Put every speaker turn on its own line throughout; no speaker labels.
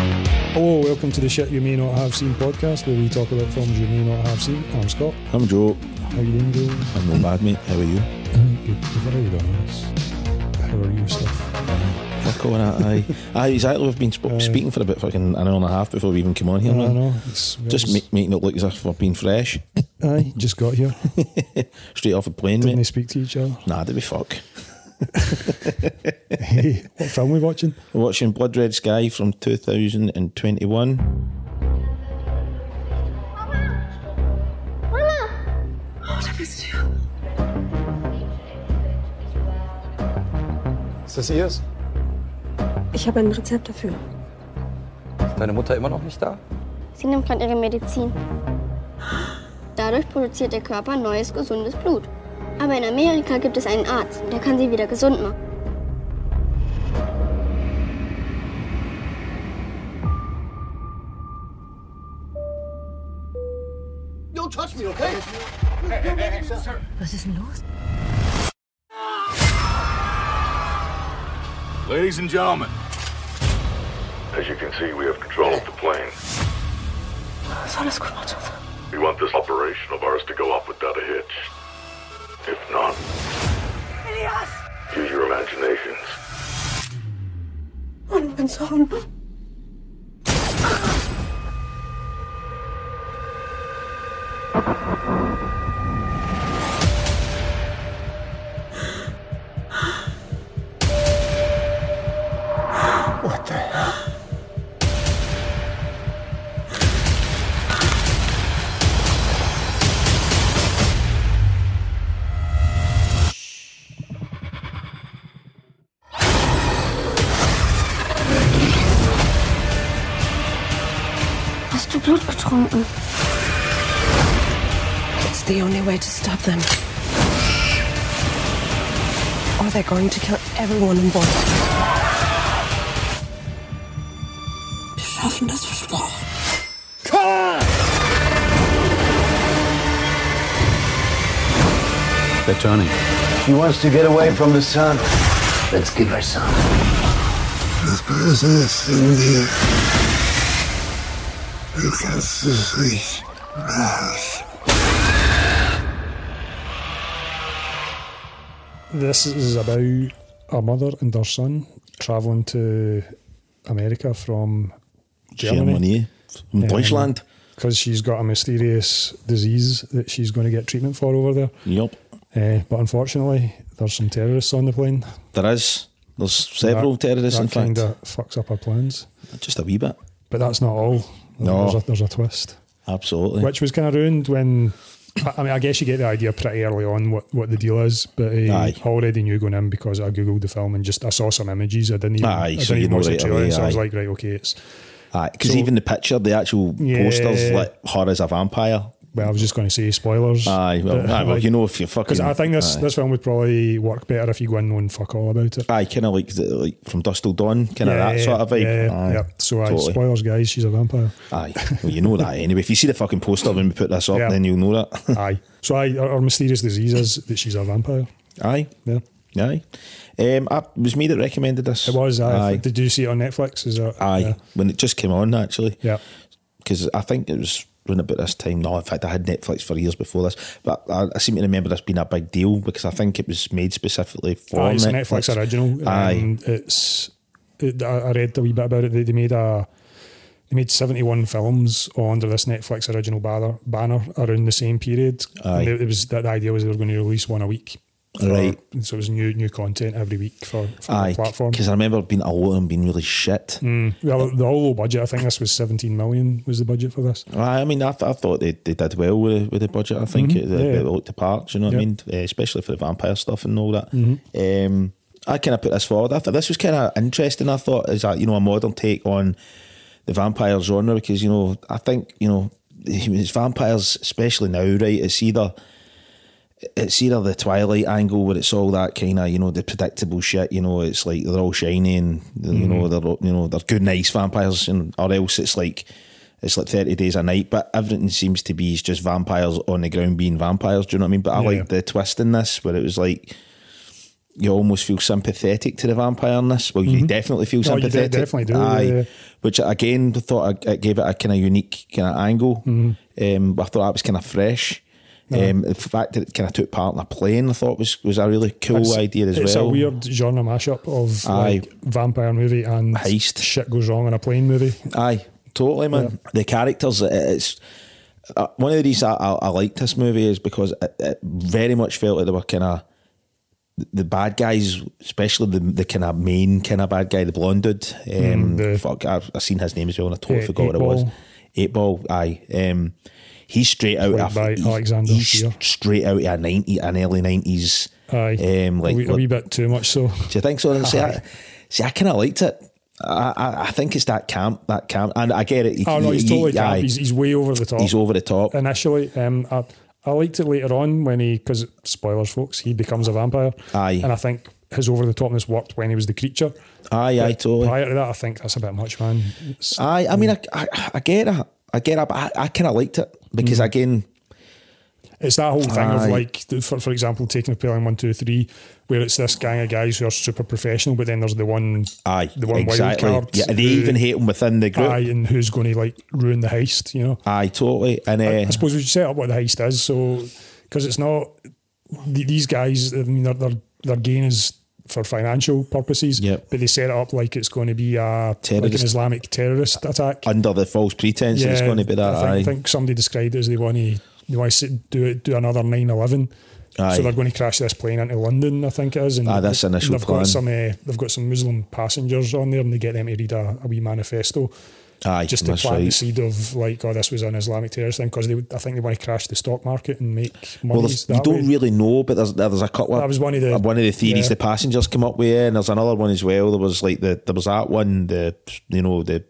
Hello, welcome to the Shit You May Not Have Seen podcast where we talk about films you may not have seen. I'm Scott.
I'm Joe.
How you doing, Joe?
I'm not bad, mate. How are you?
Good. You've already done this. How are you, stuff?
Fuck all that. Aye, aye. Exactly. We've been sp-
Aye.
speaking for about fucking an hour and a half before we even came on here,
I
man.
know. It's,
Just
it's-
make, making it look as if we've been fresh,
Aye, just got here.
straight off the plane,
Didn't
mate.
they speak to each other?
Nah, did we fuck?
Hey, what film we watching?
We're watching Blood Red Sky from 2021.
What I missed you.
Ist das ihrs?
Ich habe ein Rezept dafür.
Ist deine Mutter immer noch nicht da?
Sie nimmt gerade ihre Medizin. Dadurch produziert der Körper neues, gesundes Blut. Aber in Amerika gibt es einen Arzt, der kann sie wieder gesund machen.
Was ist denn los?
Ladies and gentlemen. As you can see, we have control of the plane.
Ist alles gut, Joseph?
We want this operation of ours to go up without a hitch. If not, use your imaginations.
Und mein Sohn.
Hast du Blut getrunken?
It's the only way to stop them. Or they're going to kill everyone on board. Wir schaffen das versprochen.
They're turning.
She wants to get away from the sun. Let's give her some.
This is about a mother and her son travelling to America from Germany.
Germany. From Deutschland.
Because she's got a mysterious disease that she's going to get treatment for over there.
Yup.
Eh, but unfortunately, there's some terrorists on the plane.
There is. There's several
That-
terrorists,
that
in fact.
kinda fucks up our plans.
Just a wee bit.
But that's not all.
No.
There's a, there's a twist,
Absolutely.
which was kind of ruined when. I- I mean, I guess you get the idea pretty early on what, what the deal is, but eh,
Aye.
I already knew going in because I googled the film and just I saw some images. I didn't even,
Aye,
I didn't
so you
even
know
watch the
right
trailer,
away,
so I was
aye.
like, right, okay, it's.
Because
So-
even the picture, the actual
Yeah.
posters, like her as a vampire.
Well, I was just going to say spoilers.
Aye, well, aye, well
like-
you know if you're fucking.
Because I think this
aye.
this film would probably work better if you go in knowing fuck all about it.
Aye, kind of like, the- like from Dust Till Dawn, kind of that sort of vibe.
Yeah,
aye,
yeah. So, aye,
totally.
spoilers, guys. She's a vampire.
Aye, well, you know that anyway. If you see the fucking poster when we put this up,
Yeah.
then you'll know that.
aye. So, aye, her, her mysterious disease is that she's a vampire.
aye,
Yeah.
aye. Um, I, it was me that recommended this.
It was. Aye.
aye,
Did you see it on Netflix? Is that?
aye.
Yeah.
When it just came on, actually.
Yeah.
Because I think it was around about this time. No, in fact, I had Netflix for years before this, but I, I seem to remember this being a big deal because I think it was made specifically for
Aye, it's a
Netflix.
Netflix original. um,
Aye,
And it's. It, I I read a wee bit about it. They, they made a. They made seventy-one films under this Netflix original banner, banner around the same period.
Aye.
And it was that the idea was they were going to release one a week. for-
Right.
So it was new new content every week for, for
aye.
the platform.
Because I remember being a lot of them being really shit.
Well, the all low budget. I think this was 17 million was the budget for this.
Aye, I mean, I, th- I thought they, they did well with, the- with the budget. I think it, they,
Mm-hmm. yeah.
they looked the part. do You know what
Yeah. Mm-hmm.
I mean? Eh, especially for the vampire stuff and all that. Um, I kind of put this forward. I thought this was kind of interesting. I thought is that you know a modern take on the vampire genre because you know I think you know it's vampires especially now, right? It's either it's either the Twilight angle where it's all that kind of you know the predictable shit. You know, it's like they're all shiny and you
Mm-hmm.
know they're you know they're good nice vampires, and or else it's like it's like thirty days a night. But everything seems to be just vampires on the ground being vampires. Do you know what I mean? But I
Yeah.
like the twist in this where it was like you almost feel sympathetic to the vampire in this. Well, you definitely feel
Oh, you de-
sympathetic.
definitely do,
Aye.
yeah.
Which again, I thought I, it gave it a kind of unique kind of angle.
Mm-hmm.
Um, I thought that was kind of fresh.
Uh-huh.
Um, the fact that it kind of took part in a plane, I thought was was a really cool idea as
it's
well.
a weird genre mashup of like,
Aye.
vampire movie and
Heist.
Shit goes wrong on a plane movie.
Aye, totally, man. The characters, it- it's uh, one of the reasons I, I, I liked this movie is because it, it very much felt like they were kind of the bad guys, especially the the kind of main kind of bad guy, the blonde dude.
Mm,
Um,
the-
fuck, I, I seen his name as well, and I totally
Eh,
forgot
Eight
what it was.
Ball.
Eight ball, aye. Um, he's straight out
Played
of
by
he-
Alexander
he's
Scheer.
straight out of a ninety, an early nineties.
Aye,
um, like
a, wee, a wee bit too much. So
do you think so? And see, I, see, I kind of liked it. I, I, I think it's that camp, that camp, and I get it. He-
oh no, he's
he-
totally
aye,
camp. He's, he's way over the top.
he's over the top.
initially. Um, I, I liked it later on when he, because spoilers, folks, he becomes a vampire.
Aye.
And I think his over the topness worked when he was the creature.
Aye, aye,
But
totally. Ah.
Prior to that, I think that's a bit much, man. It's-
Aye, I mean, I, I, I get it. I get it, but I, I kind of liked it because
Mm-hmm.
again,
It's that whole thing
Aye.
of like, for, for example, taking a pill in one, two, three, where it's this gang of guys who are super professional, but then there's the one,
aye,
the one
exactly.
wild card.
yeah, they
who-
even hate him within the group.
aye,
Aye,
and who's going to like ruin the heist, you know?
totally. And uh,
I suppose we should set up what the heist is, so because it's not th- these guys. I mean, their their, their gain is for financial purposes,
Yep.
but they set it up like it's going to be a like
Terrorist.
an Islamic terrorist attack.
under the false pretense, that it's going to be
I
that.
think, I
aye,
think somebody described it as they want to they want to do it, do another 9-11.
Aye.
So they're going to crash this plane into London, I think it is. And
Ah, that's the
and
initial
they've
plan.
Got some, uh, they've got some Muslim passengers on there, and they get them to read a, a wee manifesto
aye,
just to
that's
plant the
right.
seed of like, oh, this was an Islamic terrorist thing because they, would- I think they want to crash the stock market and make money.
Well, there's- you
that
don't
way.
really know, but there's there's a couple.
That was one of the-
one of the theories
yeah.
the passengers come up with, and there's another one as well. There was like the there was that one. The you know the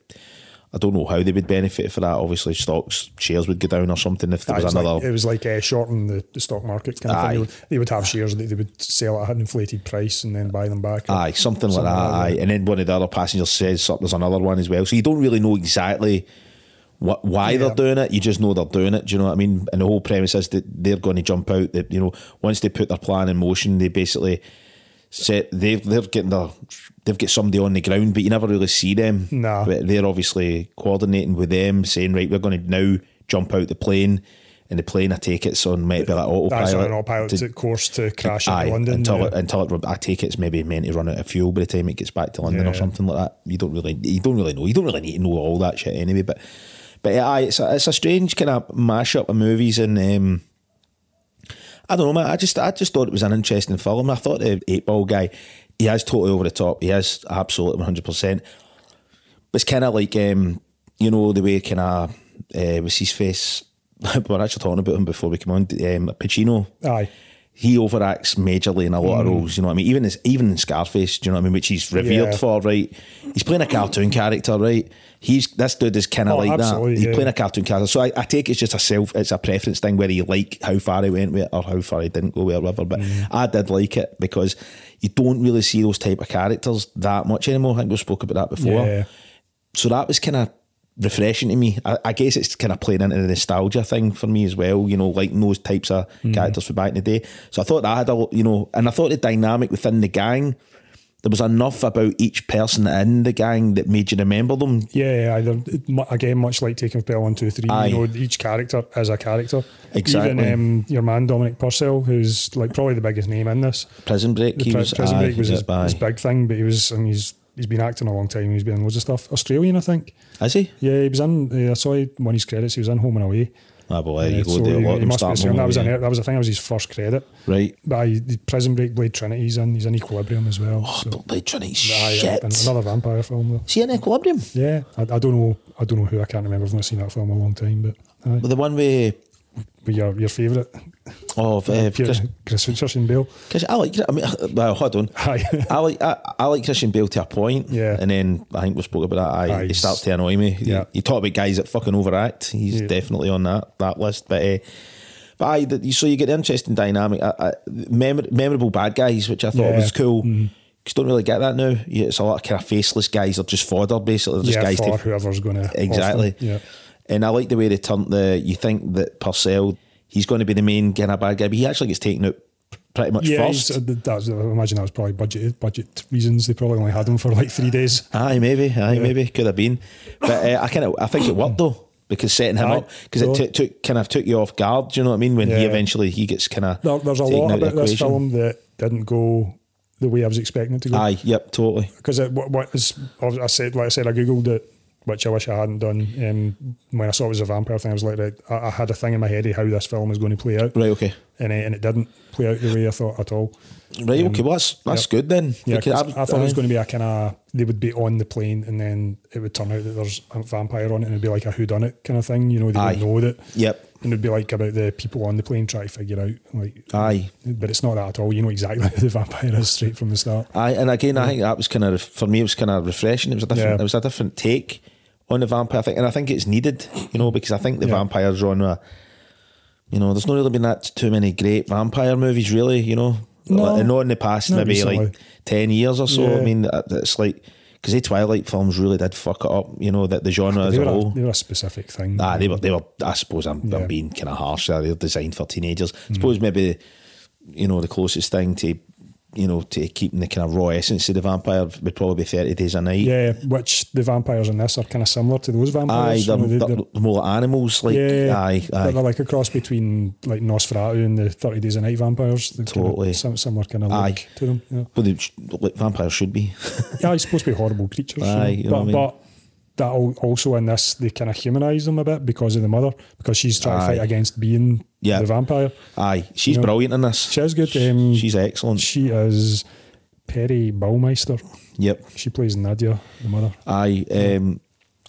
I don't know how they would benefit for that. Obviously, stocks shares would go down or something if there
it
was
was
another.
like, it was like uh, shorten the, the stock market kind of
Aye.
thing. They would, they would have shares that they would sell at an inflated price and then buy them back.
Aye, something, like that.
like
aye, and then one of the other passengers says something. There's another one as well. So you don't really know exactly what why
Yeah.
they're doing it. You just know they're doing it. Do you know what I mean? And the whole premise is that they're going to jump out. That you know, once they put their plan in motion, they basically set they they're getting their they've got somebody on the ground, but you never really see them.
Nah.
but they're obviously coordinating with them, saying right, we're going to now jump out the plane. And the plane, I take it, so it might be like autopilot.
That's an autopilot
to-
to, course to crash
Aye,
into London.
until
yeah.
it, until it, I take it's maybe meant to run out of fuel by the time it gets back to London or
Yeah.
something like that. You don't really you don't really know. You don't really need to know all that shit anyway. But but yeah, aye, it's a, it's a strange kind of mashup of movies and. Um, I don't know, man. I just I just thought it was an interesting film. I thought the eight ball guy, he is totally over the top. He is absolutely one hundred percent. But it's kind of like um, you know the way kind of uh, was his face. we were actually talking about him before we came on. Um, Pacino
Aye.
he overacts majorly in a lot
Hmm.
of roles. You know what I mean? Even as, even in Scarface, do you know what I mean? Which he's revered
Yeah.
for, right? He's playing a cartoon character, right? He's this dude is kind of
Oh,
like that.
absolutely,
He's
yeah.
playing a cartoon character. So I, I take it's just a self, it's a preference thing whether you like how far he went with it or how far he didn't go with it or whatever. But
Hmm.
I did like it because you don't really see those type of characters that much anymore. I think we spoke about that before
Yeah.
so that was kind of refreshing to me. I, I guess it's kind of playing into the nostalgia thing for me as well. You know, like those types of
Mm.
characters from back in the day. So I thought that had a lo- you know, and I thought the dynamic within the gang. There was enough about each person in the gang that made you remember them.
Yeah, yeah, either again, much like taking Bell one, two, three.
Aye.
You know, each character is a character.
Exactly.
Even um, your man Dominic Purcell, who's like probably the biggest name in this.
Prison Break,
The
he
Pri-
was,
Prison
aye,
Break
he
was his,
aye.
his big thing, but he was and he's he's been acting a long time. He's been in loads of stuff. Australian, I think.
Is he?
Yeah, he was in. Uh, I saw he- one of his credits. He was in Home and Away.
Ah, well, there
Uh,
you go.
so
there, a
he-
lot of
he
them
must be
start
Australian. That was
moving,
an, that was I think that was his first credit.
Right.
But aye, the Prison Break, Blade Trinity. He's in. He's in Equilibrium as well. so.
But they trying to
Aye,
Oh, shit.
and another vampire film. Though.
See an equilibrium.
Yeah, I, I don't know. I don't know who. I can't remember. I've not seen that film in a long time. But, aye.
The one with
but your your favourite,
oh, uh,
Chris,
Chris,
Chris Richardson Bale.
Chris, I like. I mean, well, hold on.
Aye.
I like I, I like Christian Bale to a point.
Yeah.
And then I think we spoke about that. I,
Aye,
he
he's-
starts to annoy me.
Yeah.
You talk about guys that fucking overact. He's
Yeah.
definitely on that that list. But uh, but aye, the, so you get the interesting dynamic. Uh, uh, memor- memorable bad guys, which I thought
Yeah. Mm-hmm.
was cool. Cause don't really get that now. Yeah, it's a lot of kind of faceless guys. They're just fodder basically. They're just
Yeah,
guys
for
to
whoever's going to
Exactly.
Yeah,
And I like the way they turned the. You think that Purcell, he's going to be the main kind of bad guy, but he actually gets taken out pretty much
Yeah,
first.
it's- uh, that was- I imagine that was probably budget budget reasons. They probably only had him for like three days.
Aye, maybe, aye, maybe could have been, but uh, I kind of I think it worked though because setting him
Aye,
up because it
sure.
took, took kind of took you off guard. Do you know what I mean? When he
Yeah.
eventually he gets kind of
There, there's a lot about this film that didn't go the way I was expecting it to go.
Aye, yep, totally.
because what, what is obvi- I said, like I said, I googled it, which I wish I hadn't done. Um, when I saw it was a vampire thing, I was like, right, I, I had a thing in my head of how this film was going to play out,
Right, okay,
and, it- and it didn't play out the way I thought at all.
right, okay. Well, that's that's
yep.
good then.
Yeah,
Because
'cause I, thought it was
aye.
going to be a kind of they would be on the plane, and then it would turn out that there's a vampire on it, and it'd be like a who done it kind of thing. You know, they
Aye.
would know that.
Yep.
And it'd be like about the people on the plane trying to figure out, like,
Aye,
but it's not that at all. You know exactly who the vampire is straight from the start.
aye, and again, I think that was kind of for me. It was kind of refreshing. It was a different.
Yeah.
It was a different take on the vampire thing, and I think it's needed. You know, because I think the
Yeah.
vampire genre. You know, there's not really been that too many great vampire movies, really. You know,
No.
and not in the past,
Not
maybe
recently.
like ten years or so. I
Yeah.
mean, that- it's like because the Twilight films really did fuck it up. You know that the genre as
They
a
were,
whole.
a, they were a specific thing.
Ah, they were, they were. I suppose I'm,
Yeah. Mm.
I'm being kind of harsh. there. They're designed for teenagers. I suppose maybe, you know, the closest thing to, you know, to keeping the kind of raw essence of the vampire would probably be Thirty Days a Night.
Yeah, which the vampires in this are kind of similar to those
aye,
vampires.
they're,
you know, they-
they're,
they're-
more animals. Like,
yeah,
aye,
But
aye,
they're like a cross between like Nosferatu and the Thirty Days a Night vampires. They're kinda
Totally.
sim- similar kind of
Aye.
look to them. Yeah,
well, they, sh- like vampires should be.
yeah it's supposed to be horrible creatures. you know,
Aye, you know
but,
what I mean?
but that al- also in this they kind of humanise them a bit because of the mother because she's trying
Aye.
to fight against being
Yeah.
the vampire.
aye, she's
You know,
brilliant in this.
She is good. Um,
She's excellent.
She is Perry Baumeister.
yep.
She plays Nadia, the mother.
Aye. Um,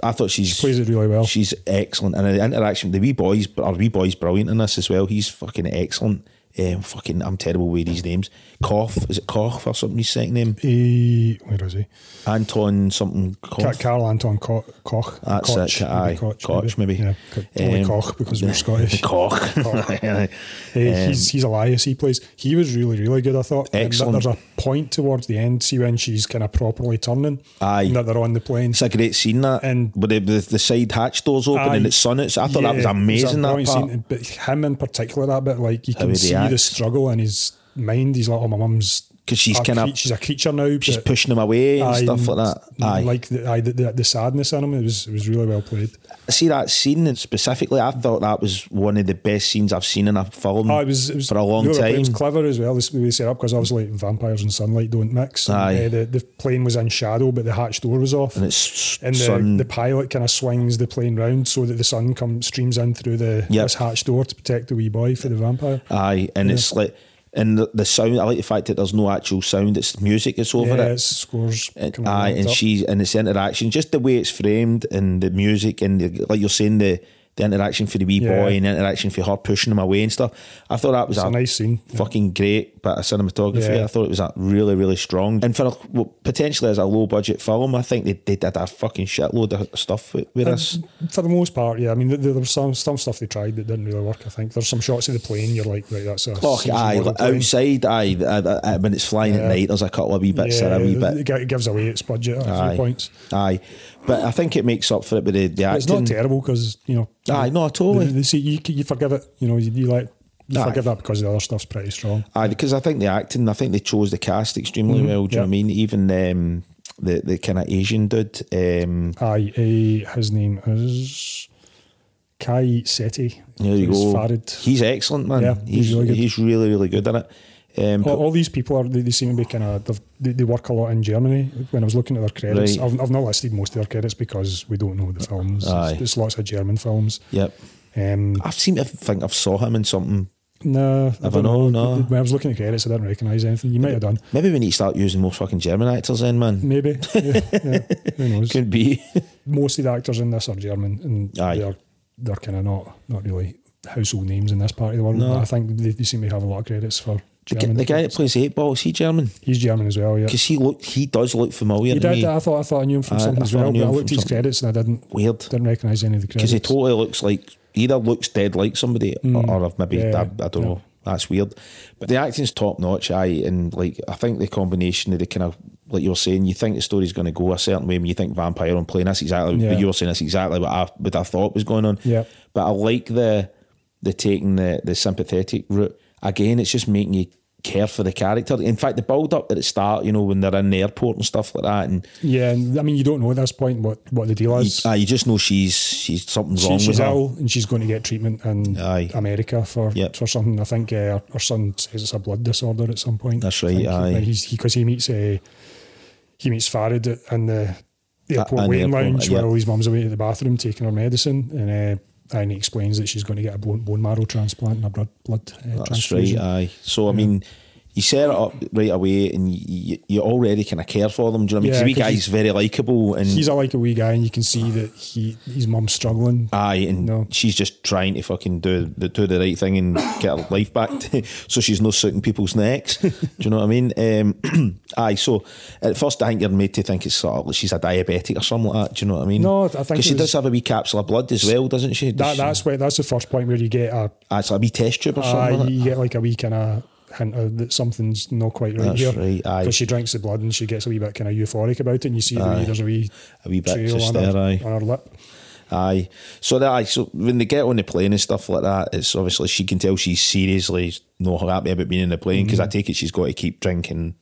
I thought she's
She plays it really well.
She's excellent, and the interaction the wee boys, our wee boy's brilliant in this as well. He's fucking excellent. Um, fucking, I'm terrible with these names. Koff, is it Koff or something? His second name
Eh, where is he?
Anton something.
Ca-
Koff.
Carl Anton Co- Koch.
That's
Koch,
it. Aye,
maybe Koch,
Koch, maybe.
Yeah, Co- only
Um,
Koch because we're Scottish.
Koch.
Koch.
Aye.
Eh,
Um,
he's he's Elias. He plays. He was really really good. I thought. And that
Excellent.
There's a point towards the end. See when she's kind of properly turning.
Aye.
and That they're on the plane.
It's a great scene that,
And-
but the, the, the side hatch doors open
Aye.
and it's sun. It's, I thought
Yeah,
that was
it a
amazing. that
brilliant
part.
scene. But him in particular, that bit like you
he
can see the
reacts.
struggle in his mind. He's like, oh, my mum's
'Cause she's
a
kinda-
crea- she's a creature now.
She's
but-
pushing him away and
Aye,
stuff like that. Aye.
Like the, aye, the, the, the sadness in him. It was it was really well played.
see that scene and specifically. I thought that was one of the best scenes I've seen in a film
Oh, it was, it was
for a long
you know, It
time.
was clever as well. This we set up because obviously vampires and sunlight don't mix. And,
Aye.
uh, the, the plane was in shadow, but the hatch door was off,
and it's
And the,
sun.
the pilot kind of swings the plane round so that the sun comes streams in through the
Yep.
this hatch door to protect the wee boy for the vampire.
aye, and it's like and the, the sound. I like the fact that there's no actual sound. It's music. It's over
yeah,
it.
it's scores.
And,
kinda
aye,
ramped
and
up.
she's and it's the interaction, just the way it's framed and the music and the, like you're saying the the interaction for the wee
Yeah.
boy and the interaction for her pushing him away and stuff. I thought that was
a nice scene, yeah.
fucking great bit of cinematography.
Yeah.
I thought it was a really really strong. And for a, well, potentially as a low budget film, I think they, they did a fucking shitload of stuff with, with this.
for the most part, yeah. I mean, th- there was some some stuff they tried that didn't really work. I think there's some shots of the plane. You're like, right, that's a
Fuck,
season
aye,
model
like
plane.
outside, aye, th- uh, th- uh, when it's flying at
Yeah.
night, there's a couple of wee bits that are a wee bit.
it gi- it gives away its budget. A
Aye.
few points.
Aye, but I think it makes up for it with the, the
But
acting.
It's not terrible because you know.
Aye, no, totally.
They, they see you, you forgive it. You know, you, you like you
Aye.
forgive that because the other stuff's pretty strong.
Aye, because I think the acting, I think they chose the cast extremely well. Do you know what I
Mm-hmm. yeah.
mean? Even um, the the kind of Asian dude, um,
Aye, eh, his name is Kai Seti.
there you
He's
go.
Farid.
He's excellent, man.
Yeah,
he's
he's really good.
he's really really good in it. Um,
all,
but-
all these people are they, they seem to be kind of they, they work a lot in Germany. When I was looking at their credits,
Right.
I've, I've not listed most of their credits because we don't know the films.
Aye.
It's, it's lots of German films.
yep,
Um,
I've seen. I think I've saw him in something.
no, I
Have
don't
I
know.
not? No.
When I was looking at credits, I didn't recognise anything. You might have done,
Maybe we need to start using more fucking German actors, then, man.
maybe. Yeah, yeah, Who knows?
Could be.
most of the actors in this are German, and
Aye.
they're they're kind of not not really household names in this part of the world.
No.
But I think they, they seem to have a lot of credits for German.
the guy that plays eight ball is he German?
he's German as well. Yeah,
Because he look, he does look familiar.
he
to
did.
me.
I thought I thought I knew him from
Aye,
something
I
as
thought I
well,
knew
but I
him
looked at
from
his
something.
credits and I didn't
Weird.
didn't recognise any of the
because
credits.
he totally looks like he either looks dead like somebody or, or I've maybe
Mm. Yeah,
I, I don't
yeah.
know that's weird but the acting's top notch aye and like I think the combination of the kind of like you were saying you think the story's going to go a certain way when you think vampire on plane that's exactly
Yeah.
what you were saying that's exactly what I, what I thought was going on
Yeah.
but I like the the taking the the sympathetic route again it's just making you care for the character. In fact, the build up at the start, you know, when they're in the airport and stuff like that, and
Yeah, and I mean, you don't know at this point what, what the deal
you,
is.
ah, you just know she's she's something's
She-
wrong
she's
with her.
ill and she's going to get treatment in
Aye.
America for
Yep.
for something. I think uh, her, her son says it's a blood disorder at some point.
That's
I
right,
think.
aye.
Like, he's because he, meets uh, he meets Farid at- in the the
Uh,
airport
in the
waiting
airport,
lounge where
yep.
all his mum's away to the bathroom taking her medicine and. Uh, and he explains that she's going to get a bone, bone marrow transplant and a blood blood uh,
That's right,
transfusion.
aye. So I mean, you set it up right away, and you, you already kind of care for them. Do you know what I
Yeah,
mean? 'Cause the wee
'cause
guy's
he's-
very likable, and
He's a like a wee guy, and you can see that he his mum's struggling.
Aye, and
No.
she's just trying to fucking do the, do the right thing and get her life back, so she's not suiting people's necks. do you know what I mean? Um, aye, so at first I think you're made to think it's sort of like she's a diabetic or something like that. Do you know what I mean?
No, I think
because she
it was-
does have a wee capsule of blood as well, doesn't she? Does
That,
she-
that's where that's the first point where you get a
Ah, it's like a wee test tube or
Aye,
something. like
Uh, you
that.
get like a wee kind of hint of that something's not quite right
That's
here.
right, aye.
Because she drinks the blood and she gets a wee bit kind of euphoric about it, and you see the wee, there's a wee,
A wee bit
trail
just
on, her,
there, aye.
on her lip.
Aye. So that aye, so when they get on the plane and stuff like that, it's obviously she can tell she's seriously not happy about being in the plane because I take it she's got to keep drinking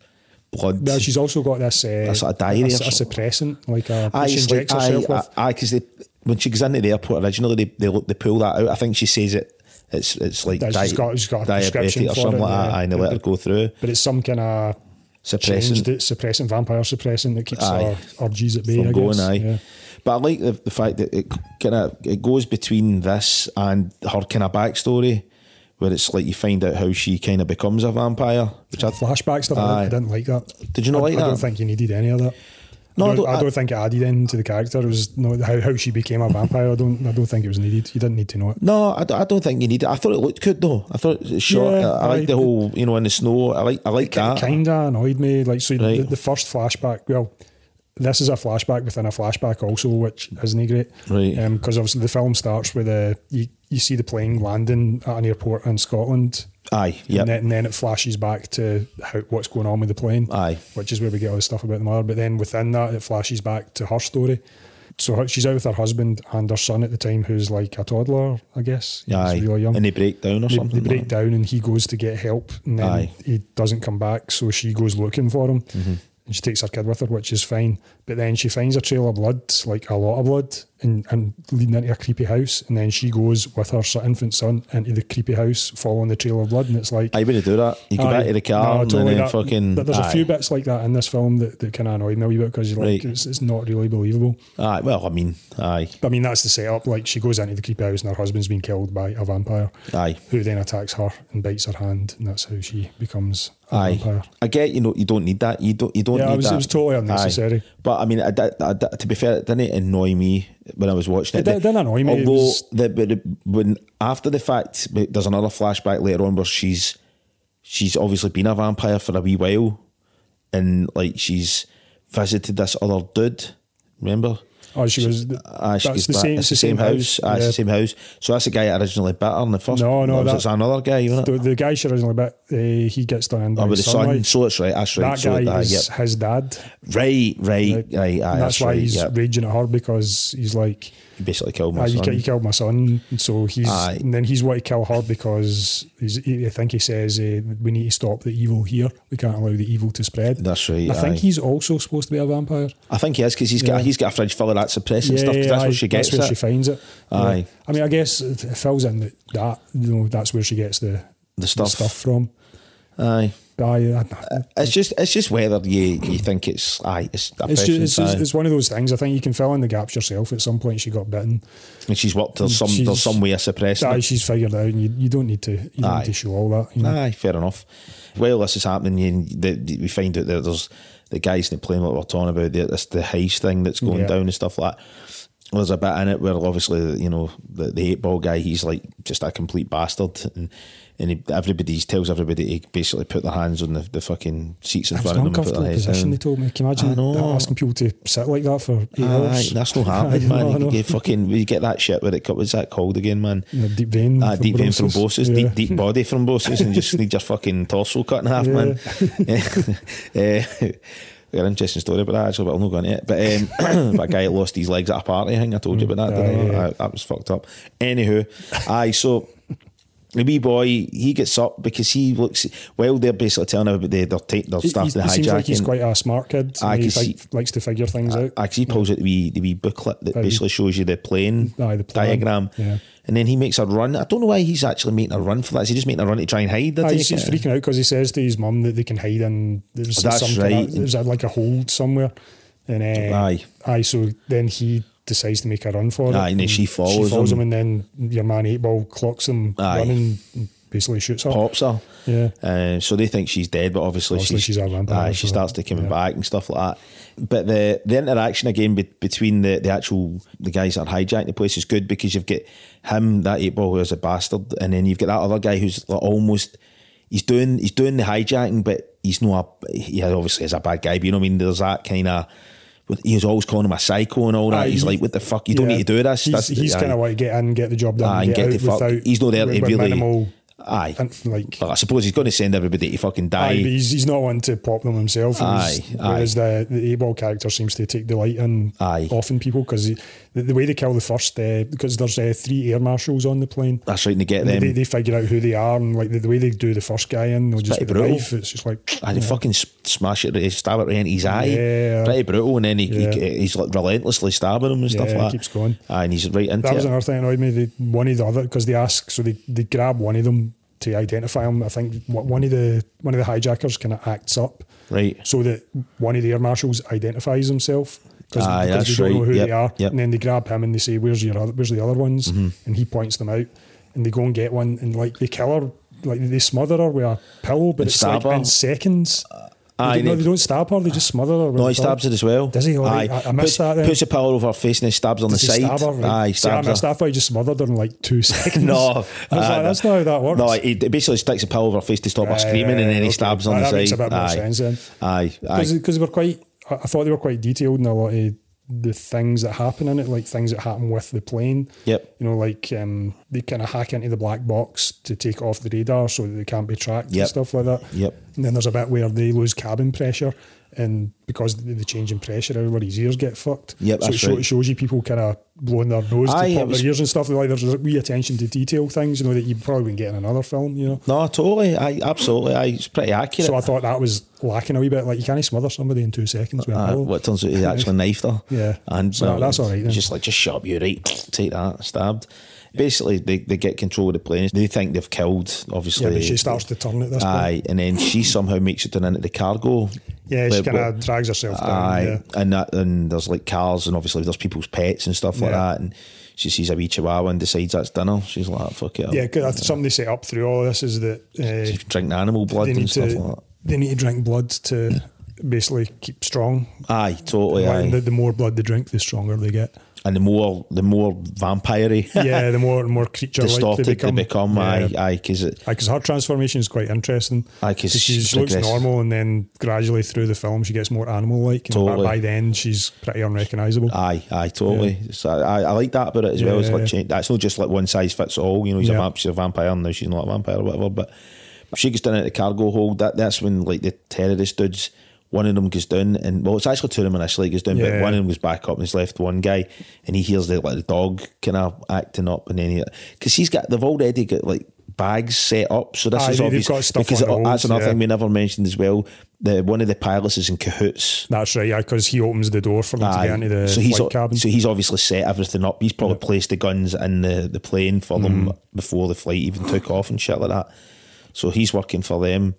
blood.
Mm. Well, she's also got this uh,
That's like a diarrhea or
a, a
something.
suppressant, like a
Aye,
she
it's
injects
like-
herself
aye,
with.
aye, because they when she goes into the airport originally, they they, look, they pull that out. I think she says it. It's it's like
That she's
di-
got- she's got a prescription
diabetic or
for
something
it,
like that.
yeah.
Aye, and they let her go through.
but it's some kind of
Suppressant
changed suppressant, vampire suppressant that keeps
Aye.
her urges at bay.
from
I
going.
guess.
Aye,
Yeah.
but I like the, the fact that it kind of it goes between this and her kind of backstory, where it's like you find out how she kind of becomes a vampire, which I
Flashbacks stuff. I
Aye.
didn't- I didn't like that.
Did you not
I,
like
I don't
that?
think you needed any of that.
No,
I don't, I don't
I-
think it added anything to the character. It was no how, how she became a vampire. I don't. I don't think it was needed. You didn't need to know it.
No, I, don't- I don't think you need it. I thought it looked good though. I thought it was short.
Yeah,
I, I like
aye.
the whole, you know, in the snow. I like, I like that.
Kind of annoyed me. Like so, the,
Right.
the first flashback. Well, this is a flashback within a flashback, also, which isn't great.
Right.
Because obviously the film starts with a you, you see the plane landing at an airport in Scotland.
Aye, yeah.
And then, and then it flashes back to how, what's going on with the plane.
Aye.
Which is where we get all the stuff about the mother. But then within that, it flashes back to her story. So her- she's out with her husband and her son at the time, who's like a toddler, I guess. He's
Aye.
really young.
And they break down or
They- They
something. like
break
that.
down and he goes to get help and then
Aye. Mm-hmm.
he doesn't come back. So she goes looking for him and she takes her kid with her, which is fine. But then she finds a trail of blood, like a lot of blood, and, and leading into a creepy house. And then she goes with her son- infant son into the creepy house following the trail of blood. And it's like,
I wouldn't do that. You go back
Aye.
to the car
No,
and
totally
then
that-
fucking.
th- There's a
aye.
few bits like that in this film that, that kind of annoy me a wee bit because like,
Right.
it's, it's not really believable.
Aye, well, I mean, aye,
But I mean, that's the setup. Like, she goes into the creepy house and her husband's been killed by a vampire
aye,
who then attacks her and bites her hand, and that's how she becomes a
aye.
vampire.
I get you know you don't need that. You don't. You don't.
Yeah, it
need
was- it
that.
was totally
Aye.
unnecessary.
But I mean, I, did- I did- to be fair, it didn't annoy me when I was watching it.
It didn't annoy me, it
Although
was-
the, but the- when after the fact, but there's another flashback later on where she's she's obviously been a vampire for a wee while, and like she's visited this other dude. Remember?
Oh, she was.
Aye, Ah, she
that's
goes
the
back.
same.
it's
the same house.
Aye, it's
yeah.
the same house. So that's the guy that originally bit her in the first.
No, no,
that was
that-
another guy, wasn't it?
The, the guy she originally bit, uh, he gets done in by
Oh, with the sun.
sunlight.
So it's right. That's right.
That
so,
guy
aye,
is
yep.
his dad.
Right, right, right. aye,
And that's,
that's,
why
right,
he's
yep.
raging at her because he's like,
He basically killed my
ah, you,
son.
ki- you killed my son. And so he's,
Aye.
and then he's want to kill her because he's, he, I think he says, uh, we need to stop the evil here. We can't allow the evil to spread.
That's right,
I think
aye.
he's also supposed to be a vampire.
I think he is because he's got
Yeah.
he's got a fridge full of that suppressant stuff. 'cause that's
aye,
where she gets
That's where
it.
she finds it. Yeah.
Aye.
I mean, I guess it it fills in that, that you know that's where she gets the,
The stuff.
from.
aye,
But aye, I,
it's just it's just whether you you think it's aye. It's a
it's just it's,
preference,
just,
aye.
it's one of those things. I think you can fill in the gaps yourself. At some point, she got bitten.
and she's worked there's some
Mm, she's-
there's some way of suppressing.
Aye,
it.
she's figured it out, and you, you don't need to you don't
Aye.
need to show all that. You know?
Aye, fair enough. While this is happening, you, the, the- we find out that there's the guys in the plane, like we're talking about, the, this, the heist thing that's going
Yeah.
down and stuff like that. There's a bit in it where obviously, you know, the, the eight ball guy, he's like just a complete bastard. And, and he, everybody he tells everybody to basically put their hands on the, the fucking seats in
It was an
front of them. and put
uncomfortable
their heads
position.
down.
They told me. Can you
I
imagine
know.
asking people to sit like that for eight
Aye,
hours?
that's not happening,
I know, I
man. You
know.
get fucking, you get that shit. What it what's that called again, man?
Yeah, deep vein
Ah, deep vein
thrombosis.
thrombosis,
Yeah.
deep deep body thrombosis, and you just need your fucking torso cut in half, man. Eh, an interesting story about that actually, but I'll not go into it. But um, that guy that lost his legs at a party, I think I told you about that.
Aye,
didn't I?
yeah.
I- that was fucked up. Anywho, aye, so the wee boy, he gets up because he looks while they're basically telling him about the, they're taking they're
He, he,
starting the
it seems like he's
hijacking.
quite a smart kid.
I
and he
can
fi-
see-
likes to figure things out.
Actually, he pulls out the wee, the wee booklet that
Aye.
basically shows you the plane,
Aye, the plan,
diagram.
yeah.
And then he makes a run. I don't know why he's actually making a run for that. Is he just making a run to try and hide? I
Aye,
take
he's, he's
it?
freaking out because he says to his mum that they can hide in there's
Oh, That's
something
right.
there's a- like a hold somewhere. And uh,
Aye.
aye. So then he decides to make a run for it.
Aye, and then she follows
She follows
him.
him, and then your man eight ball clocks him
Aye.
running, and basically shoots her.
pops her.
Yeah.
Uh, so they think she's dead, but obviously,
Obviously she's a vampire,
aye, she
so-
starts to come
yeah.
back and stuff like that. But the the interaction again be, between the, the actual the guys that are hijacking the place is good because you've got him that eight ball who is a bastard, and then you've got that other guy who's like almost he's doing he's doing the hijacking, but he's not a he obviously is a bad guy. But you know what I mean? There's that kind of. He was always calling him a psycho and all that.
Aye,
he's
he-
like, "What the fuck? You don't
Yeah.
need to do this."
He's,
That's-
he's
aye.
kind of like get in, get the job done,
Aye, and get, the fuck.
without
He's not there to
with- with
really.
minimal.
aye.
and, like-
Well, I suppose he's going to send everybody to fucking die.
Aye, but he's, he's not one to pop them himself. He's-
Aye, aye.
Whereas the the A ball character seems to take delight in
Aye.
offing people because the, the way they kill the first, uh, because there's uh, three air marshals on the plane.
That's right, and they get
And
them.
they, they figure out who they are and like the, the way they do the first guy in, they'll just get
pretty
the
brutal.
knife. It's just like
and Ah, they fucking s- smash it, they stab it right into his eye.
Yeah.
Pretty brutal. And then he, he-
Yeah.
he's like relentlessly stabbing him and stuff
Yeah,
like that.
keeps going.
Aye, and he's right into
that was
it.
another thing that annoyed me. They, one of the other because they ask, so they, they grab one of them to identify him. I think one one of the one of the hijackers kind of acts up,
Right.
so that one of the air marshals identifies himself because
Aye,
because
Ah, that's
they don't know
right.
who
Yep,
they are,
yep. Mm-hmm.
and then they grab him and they say, "Where's your other, where's the other ones?" And he points them out, and they go and get one, and like they kill her. Like they smother her with a pillow, but
And
it's like
stab her.
in seconds.
aye,
they, don't, no,
they-
they don't stab her; they just smother her. with
No,
a
he
pillow.
stabs it as well.
Does he? All right, I- I
puts,
missed that then.
Puts a pillow over her face and then stabs her on the
Does he stab
side.
her? Right.
Aye, he
See, I
stabs
missed
her.
that. I thought he just smothered her in like two seconds.
No,
I was
aye,
like,
no.
that's not how that works.
No, he he basically sticks a pillow over her face to stop her
Aye,
screaming, and then he
okay.
stabs her on
Aye,
the
that
side.
makes a bit more
aye.
sense then.
Aye, aye.
because they were quite. I I thought they were quite detailed in a lot of the things that happen in it, like things that happen with the plane.
Yep.
You know, like um, they kind of hack into the black box to take it off the radar so that they can't be tracked
Yep.
and stuff like that.
Yep.
And then there's a bit where they lose cabin pressure, and because of the change in pressure, everybody's ears get fucked.
Yep,
so
that's
it, show,
right.
it shows you people kind of blowing their nose
Aye,
to
it
pop
was-
their ears and stuff. Like there's a wee attention to detail things, you know, that you probably wouldn't get in another film. You know.
No, totally. Aye, absolutely. Aye, it's pretty accurate.
So I thought that was lacking a wee bit. Like you can't smother somebody in two seconds. With a
Uh,
pillow.
what turns out he actually knifed her.
Yeah.
And
So
well,
that's all right
he's
then.
Just like, just shut up, you right. Take that, stabbed. Basically, they, they get control of the plane. They think they've killed, obviously.
Yeah, but she starts to turn at this point.
Aye, and then she somehow makes it down into the cargo.
Yeah, she
Where-
kind
where-
of drags herself down.
Aye,
yeah.
and that, and there's like cars, and obviously there's people's pets and stuff like
Yeah.
that. And she sees a wee chihuahua and decides that's dinner. She's like, "Ah, fuck it. I'll
Yeah, 'cause I think something they set up through all this is that uh,
Drink animal blood
they
and
need
stuff
to
like that.
they need to drink blood to basically keep strong.
Aye, totally.
Like,
aye.
The, the more blood they drink, the stronger they get.
and the more, the more vampire-y,
Yeah, the more and more creature like
distorted
they become.
they become. Aye,
Yeah.
aye, because it.
Because her transformation is quite interesting.
Aye, 'cause
she,
she's
she looks
aggressive.
normal, and then gradually through the film, she gets more animal-like. And by-
Totally.
by then, she's pretty unrecognisable.
Aye, aye, totally. So I, I like that about it as well. It's
Yeah,
like
yeah.
change, that's not just like one size fits all. You know, he's a
Yeah.
vamp, she's a vampire, and now she's not a vampire or whatever. But she gets down at the cargo hold. That that's when like the terrorist dudes. One of them goes down, and well, it's actually two of them initially goes down, but
Yeah.
one of them goes back up and he's left one guy, and he hears the like the dog kind of acting up, and then he because he's got they've already got like bags set up, so this
Aye,
is
they- they've
obvious
got stuff
because
on
that's
hold,
another
yeah.
thing we never mentioned as well. The one of the pilots is in cahoots
That's right, yeah, because he opens the door for them to
Aye.
get into the
so he's
flight
o-
cabin.
so he's obviously set everything up. He's probably placed the guns in the, the plane for them
Mm-hmm.
before the flight even took off and shit like that. So he's working for them.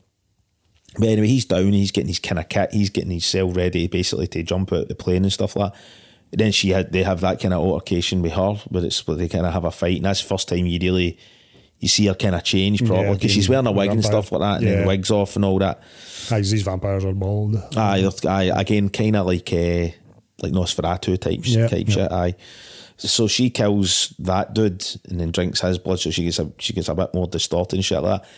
But anyway, he's down. He's getting his kind of kit. He's getting his cell ready, basically to jump out the plane and stuff like. that. Then she had they have that kind of altercation with her, where it's where they kind of have a fight, and that's the first time you really you see her kind of change probably because
being
she's wearing a wig and
vampire.
stuff like that, and then the
Yeah.
wig's off and all that.
Aye, 'cause these vampires are bald.
Aye, that's- aye again, kind of like uh, like Nosferatu type
Yeah,
type
yeah.
shit. Aye. So she kills that dude and then drinks his blood, so she gets a she gets a bit more distorted and shit like that.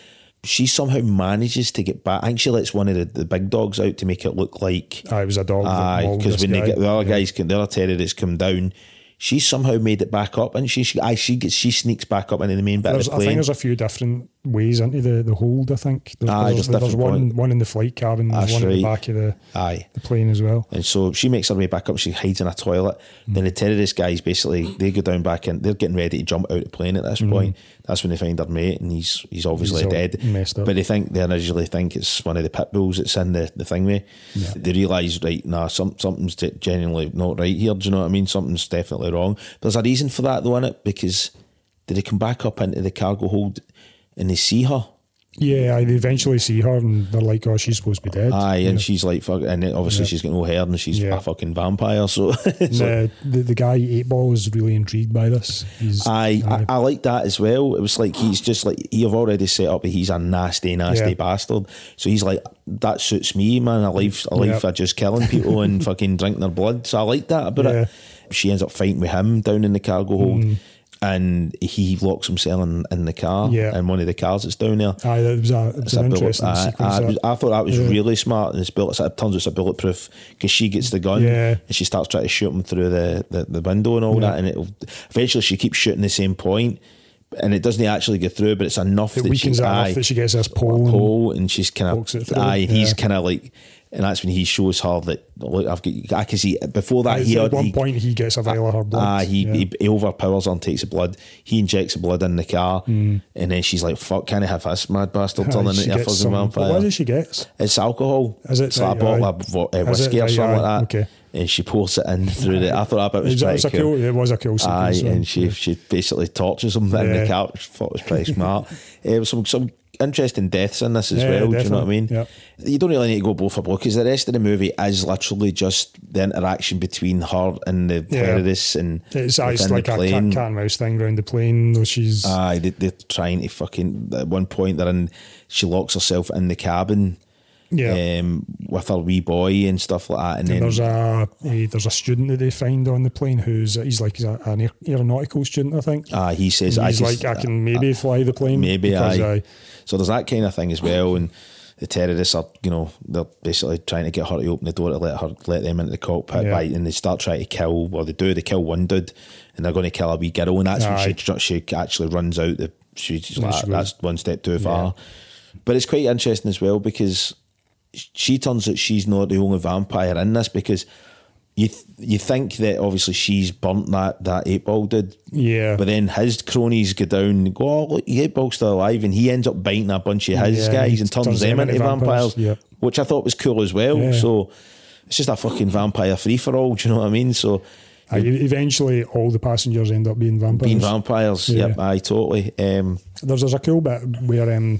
She somehow manages to get back. I think she lets one of the, the big dogs out to make it look like
Aye, it was a dog. that
aye,
mauled
because
this
when they
Ah, guy.
get the other guys, can, the other terrorists come down. She somehow made it back up, and she she aye, she gets she sneaks back up into the main bit
There's-
of the
I think
plane.
there's a few different ways into the, the hold, I think. There's,
Aye,
there's,
there's different
one,
point.
one in the flight cabin, there's
That's
one in the
right.
back of the,
Aye.
the plane as well.
And so she makes her way back up. She hides in a toilet.
Hmm.
Then the terrorist guys basically they go down back in. They're getting ready to jump out of the plane at this point. That's when they find her mate, and he's he's obviously
Hmm. He's all
dead.
messed up.
But they think they initially think it's one of the pit bulls that's in the, the thing with. They realise right nah, some something's de- genuinely not right here. Do you know what I mean? Something's definitely wrong. There's a reason for that though, in it because did they come back up into the cargo hold and they see her?
Yeah, I, they eventually see her and they're like, oh, she's supposed to be dead.
Aye,
You
and
know,
she's like, fuck, and then obviously she's got no hair and she's
Yeah.
a fucking vampire. So,
and
so
the, the, the guy, Eight Ball, is really intrigued by this. He's,
I,
aye.
I I like that as well. It was like he's just like you've already set up. that He's a nasty, nasty
Yeah.
bastard. So he's like that suits me, man. A life, a life
Yep.
of just killing people and fucking drinking their blood. So I like that about it. She ends up fighting with him down in the cargo hold,
Hmm.
and he locks himself in, in the car
Yeah.
in one of the cars that's down there.
Aye, that was, a, it was
It's a
an
bullet-
interesting
aye,
sequence. uh,
aye, it
that.
was- I thought that was
Yeah.
really smart. And it's bullet, it turns out it's a bulletproof because she gets the gun
Yeah.
and she starts trying to shoot him through the, the, the window and all
Yeah.
that. And it'll, eventually she keeps shooting the same point and it doesn't actually go through, but it's enough
it
that she,
weakens it
aye,
enough that she gets this pole. and-
pole and she's kind
Walks it
of
through,
aye, and he's
yeah.
kind of like, and that's when he shows her that look, I've got. I can see before that
Aye,
he
so at
had-
one
he-
point he gets a vial of her blood.
Ah, he,
Yeah.
he, he overpowers her and takes the blood. He injects the blood in the car, and then she's like, "Fuck, can I have this mad bastard
Aye,
turning
Hmm. she
into a
gets
fucking
some-
vampire?"
What is it she gets?
It's alcohol.
Is it?
It's like a
Right,
bottle
aye.
of vo- uh,
Is it?
whiskey or
Right,
something
aye,
like that.
okay.
And she pours it in through the. I thought that bit
It
was
was, it was a
pretty cool.
cool. It was a cool
Aye,
sequence.
and she she basically tortures him in
Yeah.
the car. Which I thought was pretty smart. Eh, some some interesting deaths in this as
Yeah,
well. Do you know what I
definitely.
mean?
Yeah.
You don't really need to go blow for blow because the rest of the movie is literally just the interaction between her and the
Yeah.
terrorists and
It's, aye, it's
within
like
the
a cat, cat
plane. Ah,
and mouse thing around the plane. Though she's
Aye, they, they're trying to fucking. At one point, they're in. She locks herself in the cabin.
yeah.
Um, with her wee boy and stuff like that, and, then
there's a eh, there's a student that they find on the plane who's he's like he's a, an aer- aeronautical student, I think.
Ah, he says,
And
I
he's
can,
like, I can maybe fly the plane.
maybe
because
I. So there's that kind of thing as well, and the terrorists are, you know, they're basically trying to get her to open the door to let her let them into the cockpit,
Yeah.
right? And they start trying to kill, or they do, they kill one dude, and they're going to kill a wee girl, and that's
Aye.
when she she actually runs out. The she's just like,
she goes-
that's one step too far. But it's quite interesting as well because she turns out she's not the only vampire in this because. You, th- you think that obviously she's burnt that that eight ball did
Yeah.
but then his cronies go down and go, oh, look, eight ball's still alive. And he ends up biting a bunch of his
Yeah,
guys
he
and turns, them into vampires,
vampires, yeah.
which I thought was cool as well.
Yeah.
So it's just a fucking vampire free for all. Do you know what I mean? So
Aye, eventually, all the passengers end up being vampires.
being vampires,
Yeah.
yep, aye, totally. Um,
there's there's a cool bit where um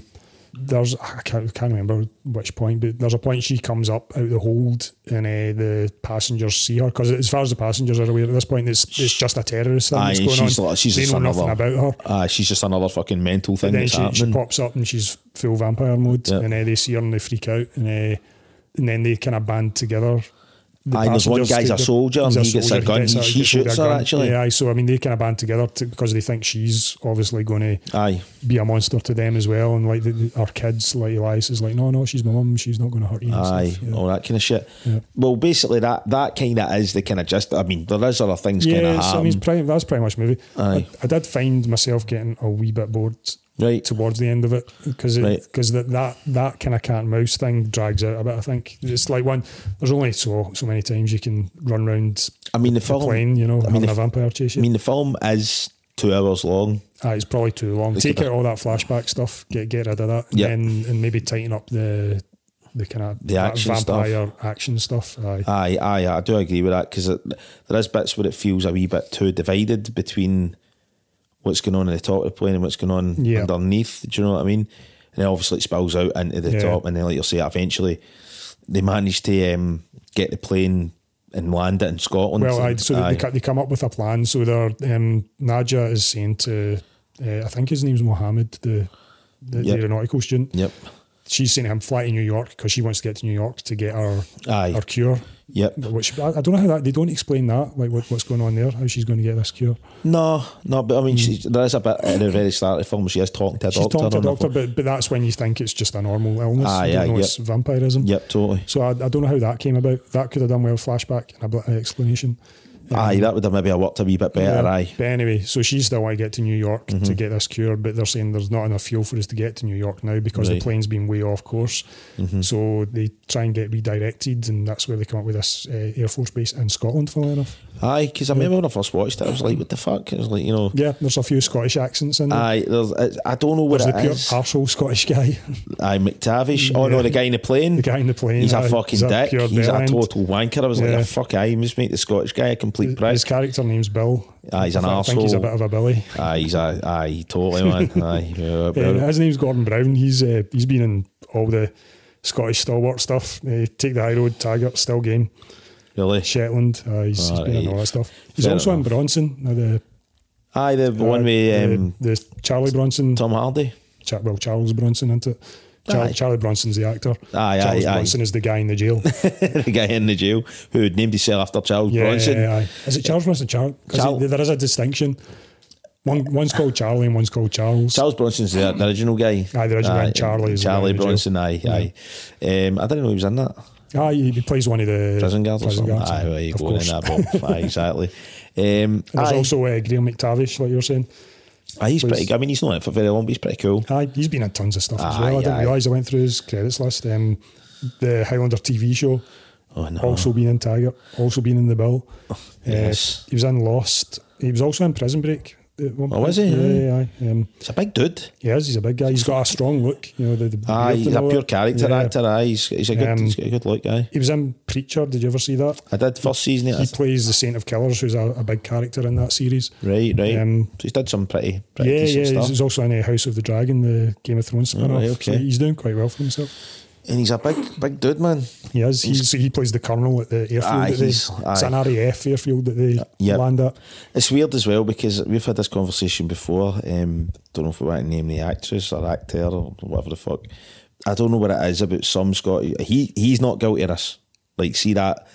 there's I can't, can't remember which point, but there's a point she comes up out the hold and uh, the passengers see her because as far as the passengers are aware at this point, it's it's just a terrorist thing
aye,
that's
and
going
she's,
on.
like, she's
they
just
know
another.
nothing about her.
Aye, she's just another fucking mental
And
thing
then
that's
she, she
happening.
pops up and she's full vampire mode,
Yeah.
and uh, they see her and they freak out, and uh, and then they kind of band together. The
Aye, there's one
passengers
guy's a
take the-
soldier and
he's
he gets a gun, he- she
gets hold
shoots
of a
her,
gun.
actually.
Yeah, aye, so I mean they kind of band together to, because they think she's obviously going to
aye,
be a monster to them as well. And like the, the, our kids, like Elias is like, no, no, she's my mum. She's not going to hurt you. and
aye,
stuff." Yeah.
all that kind of shit.
Yeah.
Well, basically, that that kind of is the kind of just. I mean, there is other things kind of
Yeah, so I
happen.
mean, it's pretty, that's pretty much the movie. I,
Aye.
I did find myself getting a wee bit bored
Right.
towards the end of it because
Right.
because that that, that kind of cat and mouse thing drags out a bit. I think it's like one. There's only so so many times you can run round.
I mean, the
the
film-
plane, you know,
I mean,
having
the-
a vampire chase
I
you.
mean, the film is two hours long.
Ah, it's probably too long.
They
Take
could
out all that flashback stuff. Get get rid of that.
Yeah.
And, and maybe tighten up the the kind of
The action stuff. Ah,
vampire action stuff. Aye.
Aye, aye, I do agree with that because there is bits where it feels a wee bit too divided between what's going on in the top of the plane and what's going on
Yeah.
underneath. Do you know what I mean? And then obviously it spills out into the
Yeah.
top, and then like you say, eventually they manage to um, get the plane and land it in Scotland.
Well, I, so they,
Aye.
they, co- they come up with a plan. So they're um, Naja is saying to, uh, I think his name's Mohammed, the, the,
Yep.
aeronautical student.
Yep.
She's saying to him, fly to New York because she wants to get to New York to get her
Aye.
her cure.
Yep.
Which I, I don't know how that they don't explain that like what, what's going on there, how she's going to get this cure.
No, no, but I mean, she's, there is a bit at the very start of the film. She is talking to a
Mm. She's
doctor.
talking to a
on the
doctor,
phone.
but, but that's when you think it's just a normal illness.
Aye,
you don't
aye,
know
yep.
it's vampirism.
Ah, Yep, totally.
So I, I don't know how that came about. That could have done well flashback and a bit of explanation.
Aye, that would have maybe worked a wee bit better.
Yeah.
Ah, Aye. Mm-hmm.
But anyway, so she's still want to get to New York to get this cured, but they're saying there's not enough fuel for us to get to New York now because
Right. Mm-hmm.
the plane's been way off course. So they try and get redirected, and that's where they come up with this uh, Air Force base in Scotland, funnily enough.
Aye, because I remember when I first watched it, I was like, "What the fuck?" It was like, you know,
Yeah, there's a few Scottish accents in there.
aye. There's, it's- I don't know what
there's
Ah,
the
it
pure
is.
arsehole Scottish guy,
Aye, McTavish. Oh no,
Yeah.
the guy in the plane.
the guy in the plane.
He's
aye,
a fucking
that
dick.
pure
He's a
bellend.
total wanker. I was like,
Yeah.
"Ah, fuck, I must make the Scottish guy a complete prick.
His character name's Bill.
Aye, Ah, he's an
I think he's a
arsehole.
bit of a Billy.
Aye, he's a aye, totally man. aye, yeah,
Yeah,
bro.
his name's Gordon Brown. He's uh, he's been in all the Scottish stalwart stuff. Uh, Take the High Road, Taggart, still game.
really.
Shetland. Uh, he's, he's been in
Alright.
all that stuff. He's
Fair
also in
enough.
Bronson. Now the
Aye, the one
uh,
with um,
the, the Charlie Bronson.
Tom Hardy.
Cha- well, Charles Bronson into it. Char-
Aye.
Charlie Bronson's the actor.
Aye,
Charles
aye, aye.
Bronson is the guy in the jail.
the guy in the jail who had named himself after Charles
Yeah,
Bronson.
aye. Is it Charles Bronson? Char- 'cause
Char-
there is a distinction. One, one's called Charlie and one's called Charles.
Charles Bronson's the, the original guy.
Aye, the original guy, and Charlie is the guy
Charlie
in the jail.
Bronson, aye, aye. Um, I didn't know he was in that.
aye, he plays one of the
Prison guards or
prison
something.
guards,
Aye, well, you
of
go in
course.
that bomb. Aye, ah, exactly. Um,
And there's
aye.
also uh, Graham McTavish, like you were saying.
aye, he's
was-
pretty. I mean, he's not in it for very long, but he's pretty cool.
Aye, he's been in tons of stuff as
Aye,
well. I didn't
aye.
realise I went through his credits list. Um, the Highlander TV show,
Oh no,
also been in Tiger, also been in The Bill. Uh,
Oh, Yes.
he was in Lost. He was also in Prison Break. at one
Oh, was
point.
he?
Yeah, aye. Um,
he's a big dude.
he is. He's a big guy. He's got a strong look. You know, the, the
Aye,
beard
he's
and
a
all
Ah, pure
that.
character
Yeah.
actor. Aye, he's, he's a good,
Um,
he's got a good look guy.
He was in Preacher. Did you ever see that?
I did first season.
He
It,
plays the Saint of Killers, who's a, a big character in that series.
right, right.
um,
so he's did some pretty, pretty
Yeah, yeah.
decent
He's,
stuff.
he's also in uh, House of the Dragon, the Game of Thrones spin off.
Alright, okay.
he's doing quite well for himself.
and he's a big, big dude, man.
He is. He's, he plays the colonel at the airfield.
Aye,
that they,
he's-
it's
aye.
an RAF airfield that they
Yep.
land at.
It's weird as well because we've had this conversation before. Um, don't know if we want to name the actress or actor or whatever the fuck. I don't know what it is about some Scottish. He he's not guilty of this. Like, see that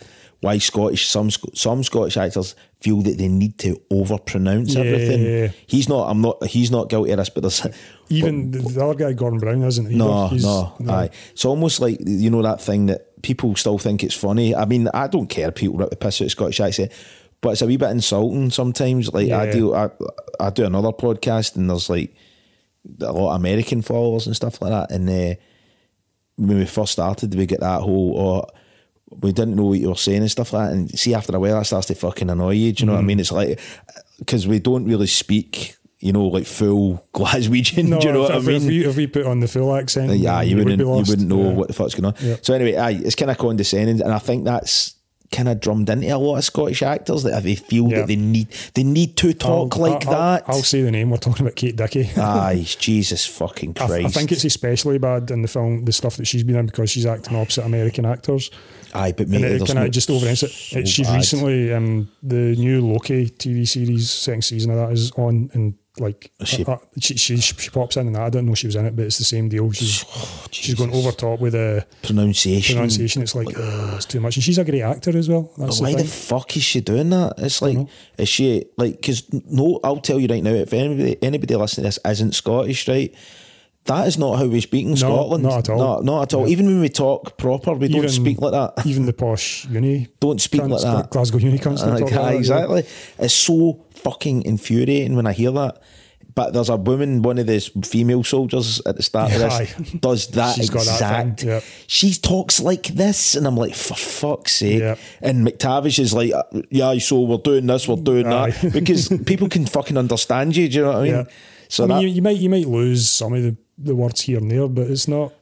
why Scottish some Sc- some Scottish actors feel that they need to overpronounce
Yeah,
everything.
yeah, yeah.
He's not. I'm not. He's not guilty of this. But there's
Even the, the other guy, Gordon Brown, isn't he?
No,
He's-
no, aye. It's almost like you know that thing that people still think it's funny. I mean, I don't care. if People rip the piss out of Scottish accent, but it's a wee bit insulting sometimes. Like I
Yeah.
do, I, I do another podcast, and there's like a lot of American followers and stuff like that. And uh, when we first started, we get that whole or. we didn't know what you were saying and stuff like that. And see, after a while, that starts to fucking annoy you. Do you know
Mm.
what I mean? It's like, because we don't really speak, you know, like full Glaswegian.
No,
do you know
if,
what I
if-
mean?
If we, if we put on the full accent,
Uh, yeah,
then
you
Mm, would
wouldn't
be
you
lost.
wouldn't know
Yeah.
what the fuck's going on.
Yeah.
So anyway, aye, it's kind of condescending, and I think that's kind of drummed into a lot of Scottish actors that they feel
Yeah.
that they need they need to talk
I'll-
like
I'll-
that.
I'll say the name. We're talking about Kate Dickey.
aye, Jesus fucking
I,
Christ!
th- I think it's especially bad in the film, the stuff that she's been in because she's acting opposite American actors.
aye, but mate,
And it,
there's
can I
no-
just overemphasize?
so
it? she's
bad.
recently um, the new Loki TV series second season of that is on, and like
She-
uh, uh, she, she she pops in and I don't know she was in it, but it's the same deal. She's
Oh,
she's going over top with a
pronunciation.
pronunciation. It's like "Ugh, it's too much, and she's a great actor as well. That's
Why
the
the
thing.
fuck is she doing that? It's like, is she like? Because no, I'll tell you right now. If anybody anybody listening to this isn't Scottish, right? That is not how we speak in Scotland.
not at all.
No, not at all.
Yeah.
Even when we talk proper, we don't speak like that.
Even the posh uni
Don't speak
cunts,
like that.
Glasgow uni cunts don't
Like,
talk like
Uh, aye,
that, yeah.
exactly. It's so fucking infuriating when I hear that. But there's a woman, one of the female soldiers at the start of
Aye.
this, does that
She's got that thing,
exact.
yep.
She talks like this, and I'm like, for fuck's sake.
Yep.
And McTavish is like, yeah, so we're doing this, we're doing
Aye.
that, because people can fucking understand you. Do you know what I mean?
Yeah.
So
I mean,
that,
you, you might you might lose some of the, the words here and there, but it's not.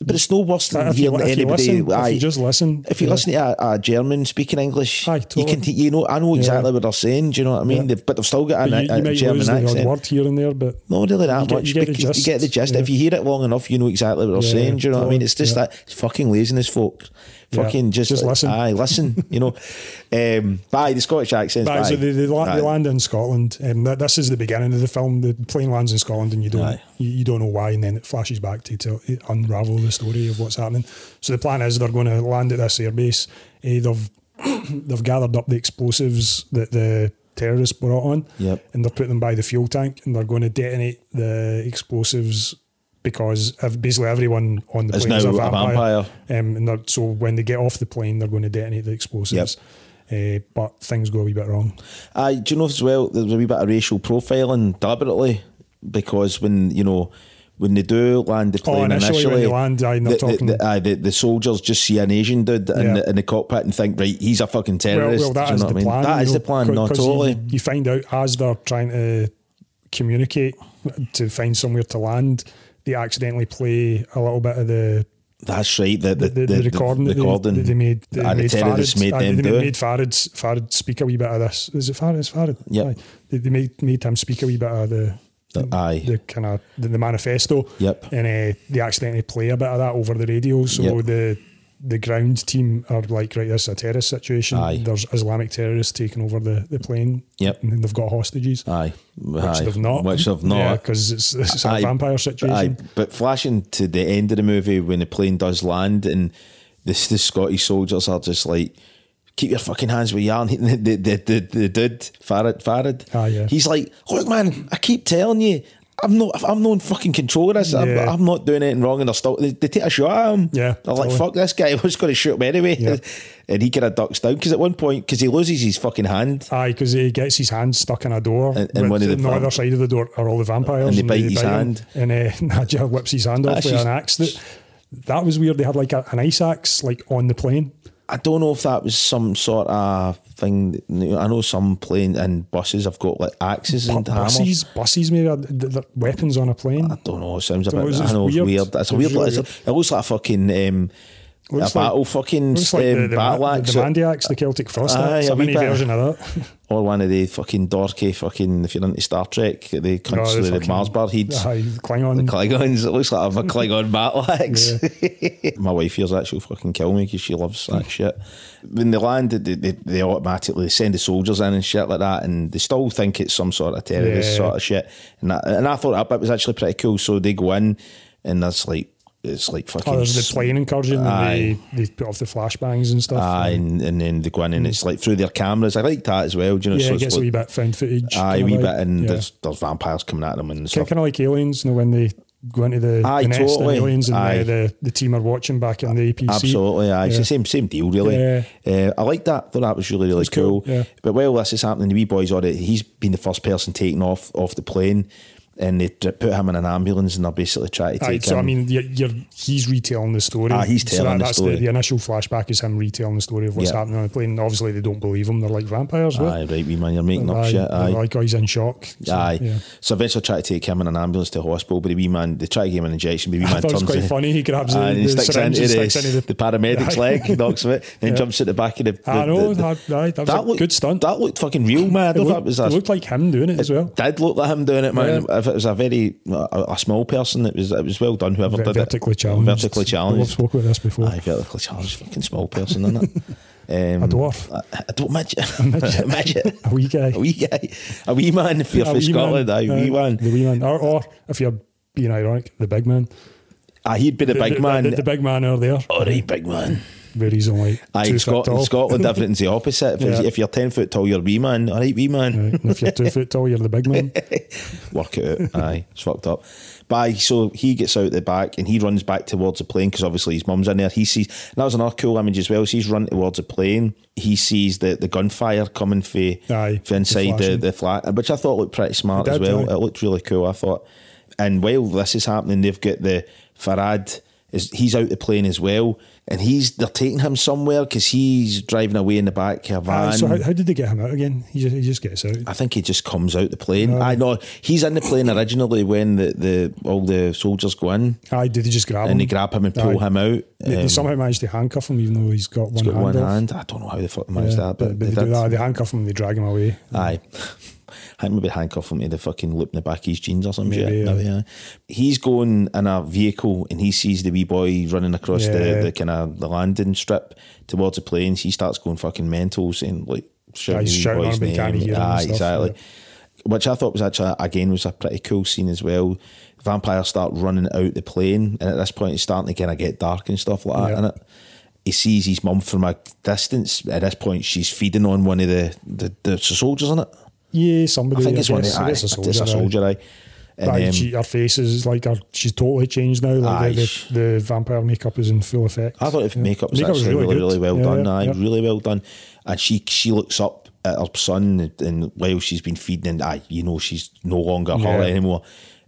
but it's no worse than
If you,
hearing
if you
anybody.
listen,
aye.
if you just listen,
If you
yeah.
listen to a, a German speaking English,
Aye,
you
totally.
can. T- you know, I know exactly
Yeah.
what they're saying. Do you know what I mean?
Yeah.
They've, but they've still got
But you,
an, a,
you
a
might
German
lose the odd
accent.
word here and there, but
Not really that
You get-
much.
you get the
because You
gist.
get the gist. If
Yeah.
you hear it long enough, you know exactly what they're
Yeah,
saying. Do you know what I mean?
totally.
It's just
Yeah.
that it's fucking laziness, folks.
Yeah.
Fucking just,
Just listen.
Aye, listen. you know, um, but aye, the Scottish accent.
Right, so they, they, la- they land in Scotland, and that, this is the beginning of the film. The plane lands in Scotland, and you don't
Aye.
you, you don't know why, and then it flashes back to tell, unravel the story of what's happening. So the plan is they're going to land at this airbase. Eh, they've they've gathered up the explosives that the terrorists brought on,
Yep.
and they're putting them by the fuel tank, and they're going to detonate the explosives because ev- basically everyone on the
Is
plane is
now
a
a
vampire.
vampire.
Um, and they're- so when they get off the plane, they're going to detonate the explosives. eh, but things go a wee bit wrong.
Aye, Uh, do you know as well? There's a wee bit of racial profiling deliberately because when you know when they do land the plane
Oh, initially when they land, aye, and they're
the, the-
talking-
the- aye, the- the soldiers just see an Asian dude in,
Yeah.
the, in the cockpit and think, right, he's a fucking
Well,
terrorist.
well, that
do you
is
know
the
what I mean?
plan.
that
you
is
know,
the plan,
'cause-
not
'cause you-
totally.
You, find out as they're trying to communicate to find somewhere to land, they accidentally play a little bit of the
That's right. The,
the,
the,
the, recording, that they-
recording.
that they made. that
and
they
the terrorists
Farad-
made
aye,
them
they
do
made
it.
Farad, Farad speak a wee bit of this. Is it Farad? It's Farad.
Yep.
Aye. They, they made, made him speak a wee bit of the.
The- aye.
the kind of the, the manifesto.
Yep.
And uh, they accidentally play a bit of that over the radio, so
Yep.
the the ground team are like, right, this is a terrorist situation.
Aye.
There's Islamic terrorists taking over the, the plane.
Yep.
And then they've got hostages.
Aye.
Which
aye.
they've not.
Which they've not.
Yeah, because it's, it's a
Aye,
vampire
but-
situation.
aye, but flashing to the end of the movie when the plane does land and this the Scottish soldiers are just like, keep your fucking hands where you are. And the, the, the, the, the dude, Farad, Farad,
Ah, yeah.
he's like, look, man, I keep telling you. I'm not. I'm not in fucking control of this. I'm,
Yeah.
I'm not doing anything wrong, and they're still. They, they take a shot at him.
Yeah,
they're like,
totally.
"Fuck this guy! I was going to shoot him anyway."
Yeah.
And he kind of ducks down because at one point, because he loses his fucking hand,
Aye, because he gets his hand stuck in a door.
And- and
but
one of the
on the
vamp-
other side of the door are all the vampires.
And they bite his hand.
him. and uh, Nadja whips his hand
Ah,
off with
she's-
an axe. That, that was weird. They had like a, an ice axe like on the plane.
I don't know if that was some sort of thing. I know some plane and buses have got like axes and
Bu-
hammers.
buses, buses maybe had th- th- weapons on a plane.
I don't know. It sounds
Don't know,
about.
it's-
I know it's
it's
weird.
weird.
It's a
It's
weird.
really
it's a-
weird.
it looks like a fucking um, a
Looks like-
battle fucking
Looks like
um,
the, the,
battle
Ma-
axe
the Mandiacs, the Celtic Frost
Aye,
axe,
a
a
wee
mini
bit.
version of that.
or one of the fucking dorky fucking. If you're into Star Trek, the cunts with the
fucking-
Mars bar heads.
Aye, Klingon.
The Klingons. It looks like
Mm-hmm.
a Klingon battle axe. My wife here's actually fucking kill me because she loves
Mm.
that shit. When they land, they, they, they automatically send the soldiers in and shit like that, and they still think it's some sort of terrorist
Yeah.
sort of shit. And that, and I thought that bit was actually pretty cool. So they go in, and that's like it's like fucking.
oh, there's
s-
the plane encouraging them.
Aye.
They, they put off the flashbangs and stuff.
Aye, and, and then they go in, and it's like through their cameras. I like that as well. Do you know?
Mm. yeah,
so
it
it's
gets a
like-
wee bit found footage.
Aye,
kinda
wee
like,
bit, and
yeah.
there's, there's vampires coming at them and stuff.
kind of like aliens, you know, when they go into the,
Aye,
the nest
totally.
and aliens and
Aye.
The, the, the team are watching back in the APC.
Absolutely, aye. It's
Yeah.
the same same deal, really.
Yeah.
Uh, I like that. Thought that was really really
cool,
cool.
yeah.
But while this is happening, the wee boy's on it. He's been the first person taken off off the plane, and they dr- put him in an ambulance, and they're basically trying to
Aye,
take
so
him.
I mean, you're, you're, he's retelling the story.
Ah, he's
so
telling the
that's
story.
The, initial flashback is him retelling the story of what's
Yeah.
happening on the plane. And obviously, they don't believe him. They're like vampires. what?
aye, right, wee man, you're making up
Aye,
shit.
they're
Aye.
Like, oh, he's in shock. So,
Aye,
yeah.
so eventually try to take him in an ambulance to hospital, but the wee man, they try to give him an injection, but the wee
I
man
thought it
turns
was quite
the-
funny. He grabs
aye,
the,
and he
the
sticks
syringe
into,
and
the,
sticks into
the paramedic's
Aye.
leg, knocks him out, then
Yeah.
jumps at the back of the.
I
the-
know,
the- the-
that, aye, that was a
looked-
good stunt.
That looked fucking real, man. I
it
don't know
looked,
if that was
it
a
looked like him doing it as well.
Did look like him doing it, man.
Yeah.
If it was a very a, a small person, it was it was well done. Whoever
Ver-
did
vertically
it,
challenged.
vertically
We've
challenged.
spoke about this before.
Aye, vertically challenged. Fucking small person, isn't it? Um,
A dwarf.
A, a dwarf midget. A midget.
A wee guy.
A wee guy. A wee man. Fear
A
for
wee
Scotland.
man.
Aye, wee
Aye,
man.
The wee man. Or, or if you're being ironic, the big man.
Aye, he'd be the big man.
The, the big man over there.
All right, big man.
Where he's only
Aye,
two
in
foot
Scotland,
tall.
Scotland, everything's the opposite. If,
Yeah.
if you're ten foot tall, you're wee man. All right, wee man.
Right, and if you're two foot tall, you're the big man.
work it out. Aye, it's fucked up. But aye, so he gets out the back and he runs back towards the plane because obviously his mum's in there. He sees and that was another cool image as well. So he's running towards the plane. He sees the, the gunfire coming for,
Aye,
for inside the,
flashing.
the flat, which I thought looked pretty smart
It
as
did,
well.
aye.
It looked really cool. I thought. And while this is happening, they've got the Farad. Is, he's out the plane as well, and he's they're taking him somewhere because he's driving away in the back of a van.
Aye, so how, how did they get him out again? He just, he just gets out.
I think he just comes out the plane. I know he's in the plane originally when the, the all the soldiers go in
Aye, did they just grab him?
and they grab him and pull
Mm. Aye.
him out.
They, they
Um,
somehow managed to handcuff him, even though he's got one
he's got
hand.
one
off.
hand. I don't know how the fuck they managed
Yeah,
that, but, they,
they, do
did.
that. They handcuff him and they drag him away.
Aye. I think maybe handcuff him to the fucking loop in the back of his jeans or something.
Maybe,
shit.
yeah.
Maybe, aye. He's going in a vehicle and he sees the wee boy running across the,
Yeah.
the kind of the landing strip towards the planes. He starts going fucking mental, saying like shouting
Aye,
the
he's
wee
shouting at
boy's
him, he can't
name.
hear him and
Aye,
stuff,
exactly.
yeah.
Which I thought was actually again was a pretty cool scene as well. Vampires start running out the plane, and at this point it's starting to kind of get dark and stuff like that.
Yeah.
innit? he sees his mum from a distance. At this point, she's feeding on one of the the, the soldiers in it.
Yeah,
I
somebody.
think it's one.
guess.
Aye,
I guess
it's
a soldier. aye.
aye. And,
Aye,
um,
she, her face is like her, she's totally changed now. Like
Aye.
the, the, the vampire makeup is in full effect.
I thought the makeup was
Makeup was
actually
really
really,
good.
really well
Yeah,
done.
yeah,
aye,
yeah.
really well done. and she she looks up at her son and while she's been feeding, and ah, you know she's no longer her
Yeah.
anymore.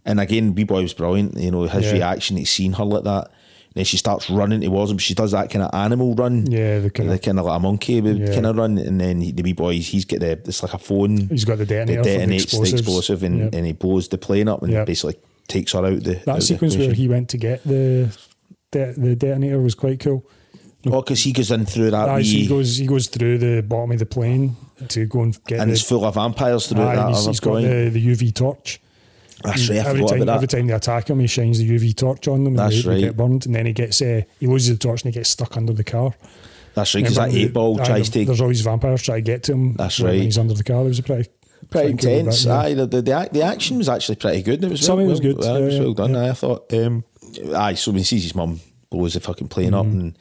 And again, B boy was brilliant. You know his
Yeah.
reaction to seeing her like that. And then she starts running towards him. She does that kind of animal run.
Yeah, the kind of-
kind of like a monkey
Yeah.
kind of run. And then he- the B boys, he's got the it's like a phone.
He's got the detonator for the
That detonates the
explosives.
explosive, and,
Yep.
and he blows the plane up and
Yep.
basically takes her out. The out
That
the
sequence where
equation.
he went to get the de- the detonator was quite cool.
Oh, because he goes in through that,
Aye, so he
wee,
goes he goes through the bottom of the plane to go and get
and
the,
it's full of vampires through
aye,
that.
and he's-
other
he's got
point.
the, the UV torch.
That's right, I
every
forgot
time,
about
every
that.
time they attack him, he shines the UV torch on them, and
That's
they, they
right.
get burned. And then he gets uh, he loses the torch and he gets stuck under the car.
That's right, because that
Remember,
eight ball
aye,
tries
there-
to
There's always vampires try to get to him.
That's
when
right.
He's under the car. It was a pretty
pretty
cool bit,
intense.
yeah.
Aye, the, the, the, act- the action was actually pretty good. It was
Some
well,
of it was
well-
good,
well, it was
yeah,
well done.
yeah.
aye, I thought. Um, aye, so when he sees his mum blows the fucking plane up,
Mm-hmm.
and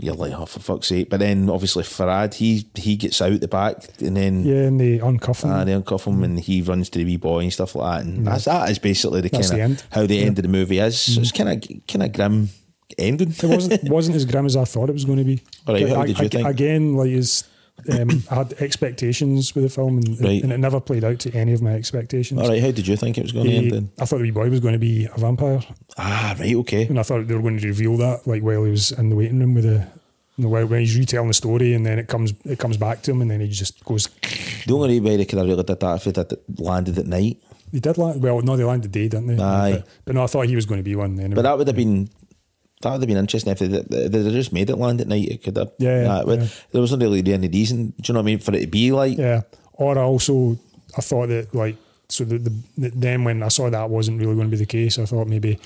you're like, oh for fuck's sake! But then obviously Farad, he he gets out the back, and then.
Yeah, and they uncuff him.
Ah, they uncuff him and he runs to the wee boy and stuff like that. And that's, that is basically the
Mm-hmm. That's the
kind
end. Mm-hmm.
of how the end of the movie is. So it's kind of kind of grim ending.
it wasn't wasn't as grim as I thought it was going to be.
All right, how
I-
did you
I-
think?
Again, like it's, um, I had expectations with the film, and,
Right.
and it never played out to any of my expectations.
All right, how did you think it was going to
He-
end? Then?
I thought the wee boy was going to be a vampire,
Ah, right, okay.
and I thought they were going to reveal that like while he was in the waiting room with the, you know, while when he's retelling the story, and then it comes it comes back to him, and then he just goes.
The only way they could have really did that if they did it landed at night.
He did land. Well, no, they landed day, didn't they?
Aye.
But, but no, I thought he was going to be one. Anyway.
But that would have been that would have been interesting if they, if they just made it land at night. It could have.
Yeah,
that would-
yeah.
There wasn't really any reason. Do you know what I mean for it to be like?
Yeah. Or I also I thought that like so the, the, the then when I saw that wasn't really going to be the case, I thought maybe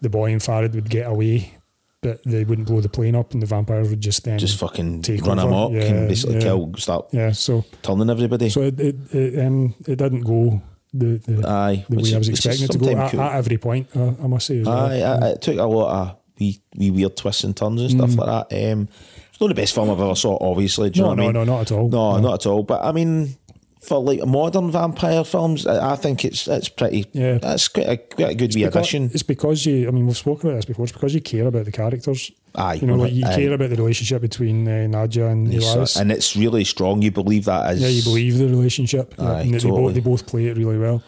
the boy and Farad would get away, but they wouldn't blow the plane up and the vampires would just then
Just fucking
Take
run
over.
amok
Yeah,
and basically
yeah.
kill, start
yeah. So
turning everybody.
so it it, it um it didn't go the the,
Aye,
the
which
way I
is-
was
which is
expecting it to go
sometime
at,
cool.
at every point. I, I must say. As well.
Aye, I, it took a lot of wee, wee weird twists and turns and stuff like that. Um, it's not the best film I've ever saw, obviously. Do you
Mm. No,
know what
no,
I mean?
no, not at all.
No,
No.
not at all. But I mean, for like modern vampire films, I, I think it's it's pretty.
Yeah.
that's quite a, quite a good wee
Because-
addition.
It's because you. I mean, we've spoken about this before. It's because you care about the characters.
Aye,
you know, like you
aye.
care about the relationship between uh, Nadja and Elias.
So- and it's really strong. You believe that is
Yeah, you believe the relationship. yeah,
Aye,
and that they,
totally.
both, they both play it really well.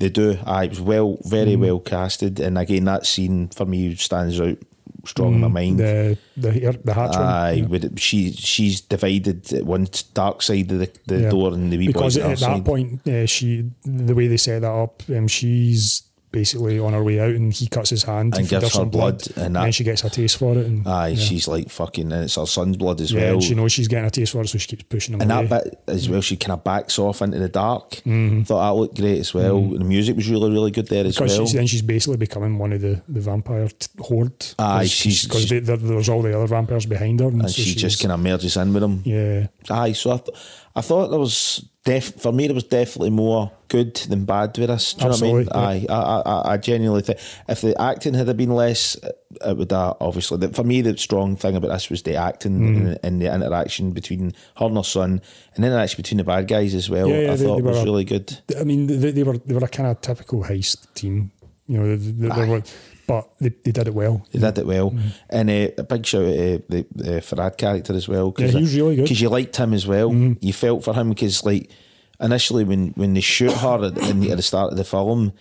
They do. Aye, it was well, very
Mm.
well casted. And again, that scene for me stands out strong in my mind.
The the hair- the hatch
Aye,
one. Mm, yeah.
with it- she she's divided at one dark side of the, the
Yeah.
door and the wee
because
boy's on
at,
the
at
other
that
side.
point, uh, she the way they set that up, um, she's basically on her way out, and he cuts his hand to
And
feed
gives her
some blood,
blood, and
and,
that-
then she gets a taste for it, and
Aye,
yeah.
she's like fucking, and it's her son's blood as
yeah,
well.
and she knows she's getting a taste for it, so she keeps pushing him
and
away.
that bit as well, she kind of backs off into the dark. Thought that looked great as well. And the music was really, really good there as
Mm-hmm. because
well.
she's, then she's basically becoming one of the, the vampire t- horde.
Aye, she's-
because there's all the other vampires behind her, and,
and
so
she just
was-
kind of merges in with him.
yeah,
Aye, so I, th- I thought there was def- for me there was definitely more good than bad with this. Do you know what I mean?
Absolutely,
Aye, I, I, I genuinely think if the acting had been less, it would uh, obviously. The, for me, the strong thing about this was the acting
Mm.
and, and the interaction between her and her son, and then actually between the bad guys as well.
Yeah, yeah,
I
they-
thought
they
was
were-
really good.
I mean, they, they were they were a kind of typical heist team, you know. They, they, they were, but they, they did it well.
They did it well,
Mm-hmm.
and uh, a big shout out to the, the Farad character as well.
Yeah, he was really good. Mm-hmm.
because you liked him as well. You felt for him because, like, initially when when they shoot her at, in the, at the start of the film,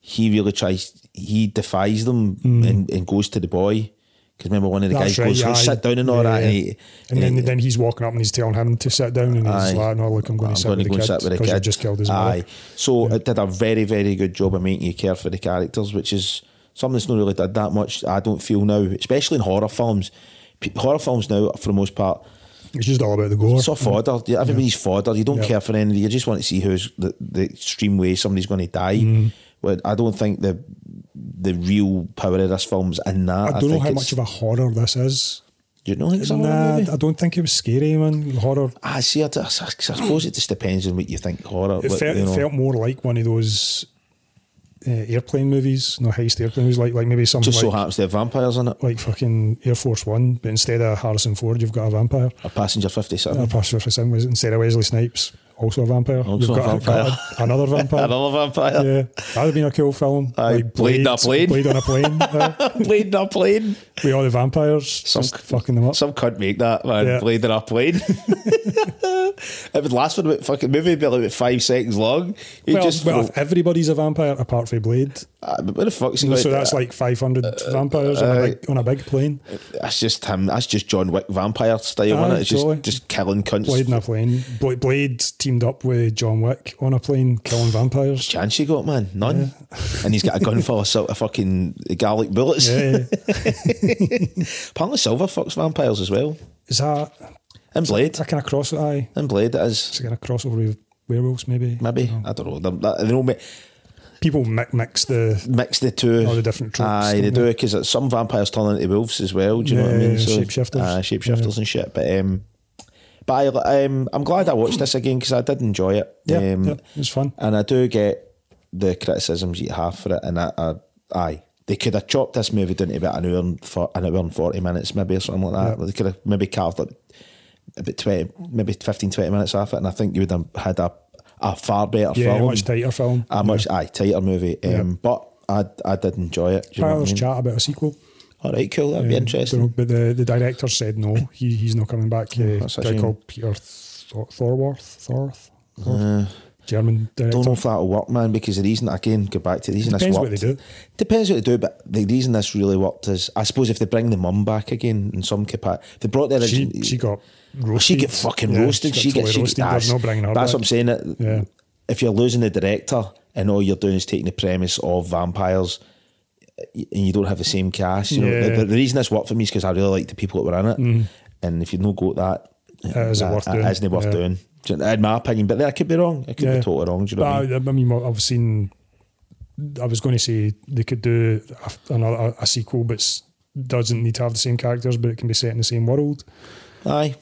he really tries. He defies them and, and goes to the boy. Because remember, one of the guys goes, "Let's sit down and all that."
Mm-hmm. yeah.
And, he,
And then then he's walking up and he's telling him to sit down, and
Aye.
he's like, "No, look, I'm going
I'm
to sit
gonna
with
go
the
and
kid
sit with the
because I
kid.
just killed his
Aye.
mother."
So it did a very, very good job of making you care for the characters, which is something that's not really did that much. I don't feel now, especially in horror films. P- Horror films now, for the most part,
It's just all about the gore.
it's all fodder. Yeah, Everybody's fodder. You don't
Yeah.
care for anything. You just want to see who's the, the extreme way somebody's going to die.
Mm-hmm.
Well, I don't think the the real power of this film's in that.
I don't know
think
how
it's-
much of a horror this is.
Do you know it's a horror
Nah,
movie?
I don't think it was scary, man. Horror.
I Ah, see. I, I- I suppose it just depends on what you think horror.
It,
what,
felt,
you
it
know.
felt more like one of those uh, airplane movies, no heist airplane movies, like like maybe something
just so
like,
happens there are vampires in it.
like fucking Air Force One, but instead of Harrison Ford, you've got a vampire.
A passenger fifty seven.
Our pastor for some was instead of Wesley Snipes, also a vampire.
Also a
got
vampire.
got another vampire.
Another vampire.
Yeah. That would have been a cool film.
Aye, Blade in a plane.
Blade on a plane. uh,
Blade in a plane.
with all the vampires just fucking them up.
Some cunt make that, man.
Yeah.
Blade in a plane. it would last for about fucking movie, would be like about five seconds long. You
well,
just.
well,
throw-
if everybody's a vampire apart from Blade.
Ah, but uh, where the fuck's he
so
going-
that's like 500 vampires on, a big, on a big plane.
That's just him. That's just John Wick vampire style,
Aye,
innit? It's
Ah, totally.
just, just killing cunts.
Blade in a plane. Bla- Blade teamed up with John Wick on a plane, killing vampires.
Chance you got, man? None. And he's got a gun full of sil- of fucking garlic bullets.
Yeah.
Apparently, Silver fucks vampires as well.
Is that
And Blade.
is that kind of cross? Aye,
And Blade, it is.
it's kind of crossover with werewolves, maybe.
Maybe. I don't know. They're- They, they all mi-
People mi- mix the
mix the two.
All Oh, the different tropes,
Aye, they
don't
do, because some vampires turn into wolves as well. Do you know what I
Yeah,
mean?
shapeshifters.
Aye, shapeshifters and shit. But, um, but I, um, I'm glad I watched this again because I did enjoy it.
yeah,
um,
yeah, it was fun.
And I do get the criticisms you have for it, and I, I aye, they could have chopped this movie down to about an hour and for an hour and forty minutes, maybe or something like that. They could have maybe carved up about twenty, maybe 15, 20 minutes off it, and I think you would have had a a far better
Yeah,
film,
much tighter film.
a much aye tighter movie. Um, But I I did enjoy it. do you know what I
Apparently, there's
mean?
chat about a sequel.
All right, cool. That'd be
Um,
interesting.
don't know, But the, the director said no, he, he's not coming back. Uh,
that's a
guy
shame.
called Peter Thor- Thorworth, Thorworth, Thorworth? German director.
Uh-huh. Don't know if that'll work, man, because the reason again, go back to the reason
Depends
this
what
worked.
they do.
Depends what they do, but the reason this really worked is I suppose if they bring the mum back again in some capacity they brought the
she,
origin-
she got
Well,
roasted.
she get fucking
Yeah,
roasted. She
got
gets
totally
she
roasted.
gets-
They're
that's-
not bringing her
That's
back.
what I'm saying. It,
Yeah.
If you're losing the director and all you're doing is taking the premise of vampires y- and you don't have the same cast, you know,
Yeah. Mm-hmm.
the, the reason this worked for me is because I really liked the people that were in it. And if you don't go that,
It isn't worth doing.
Isn't worth
Yeah.
doing. Do you know- In my opinion, but then I could be wrong. I could
Yeah.
be totally wrong. Do you know?
But
What I mean?
I, I mean, what I've seen. I was going to say they could do a- another a sequel, but s- doesn't need to have the same characters, but it can be set in the same world.
Aye.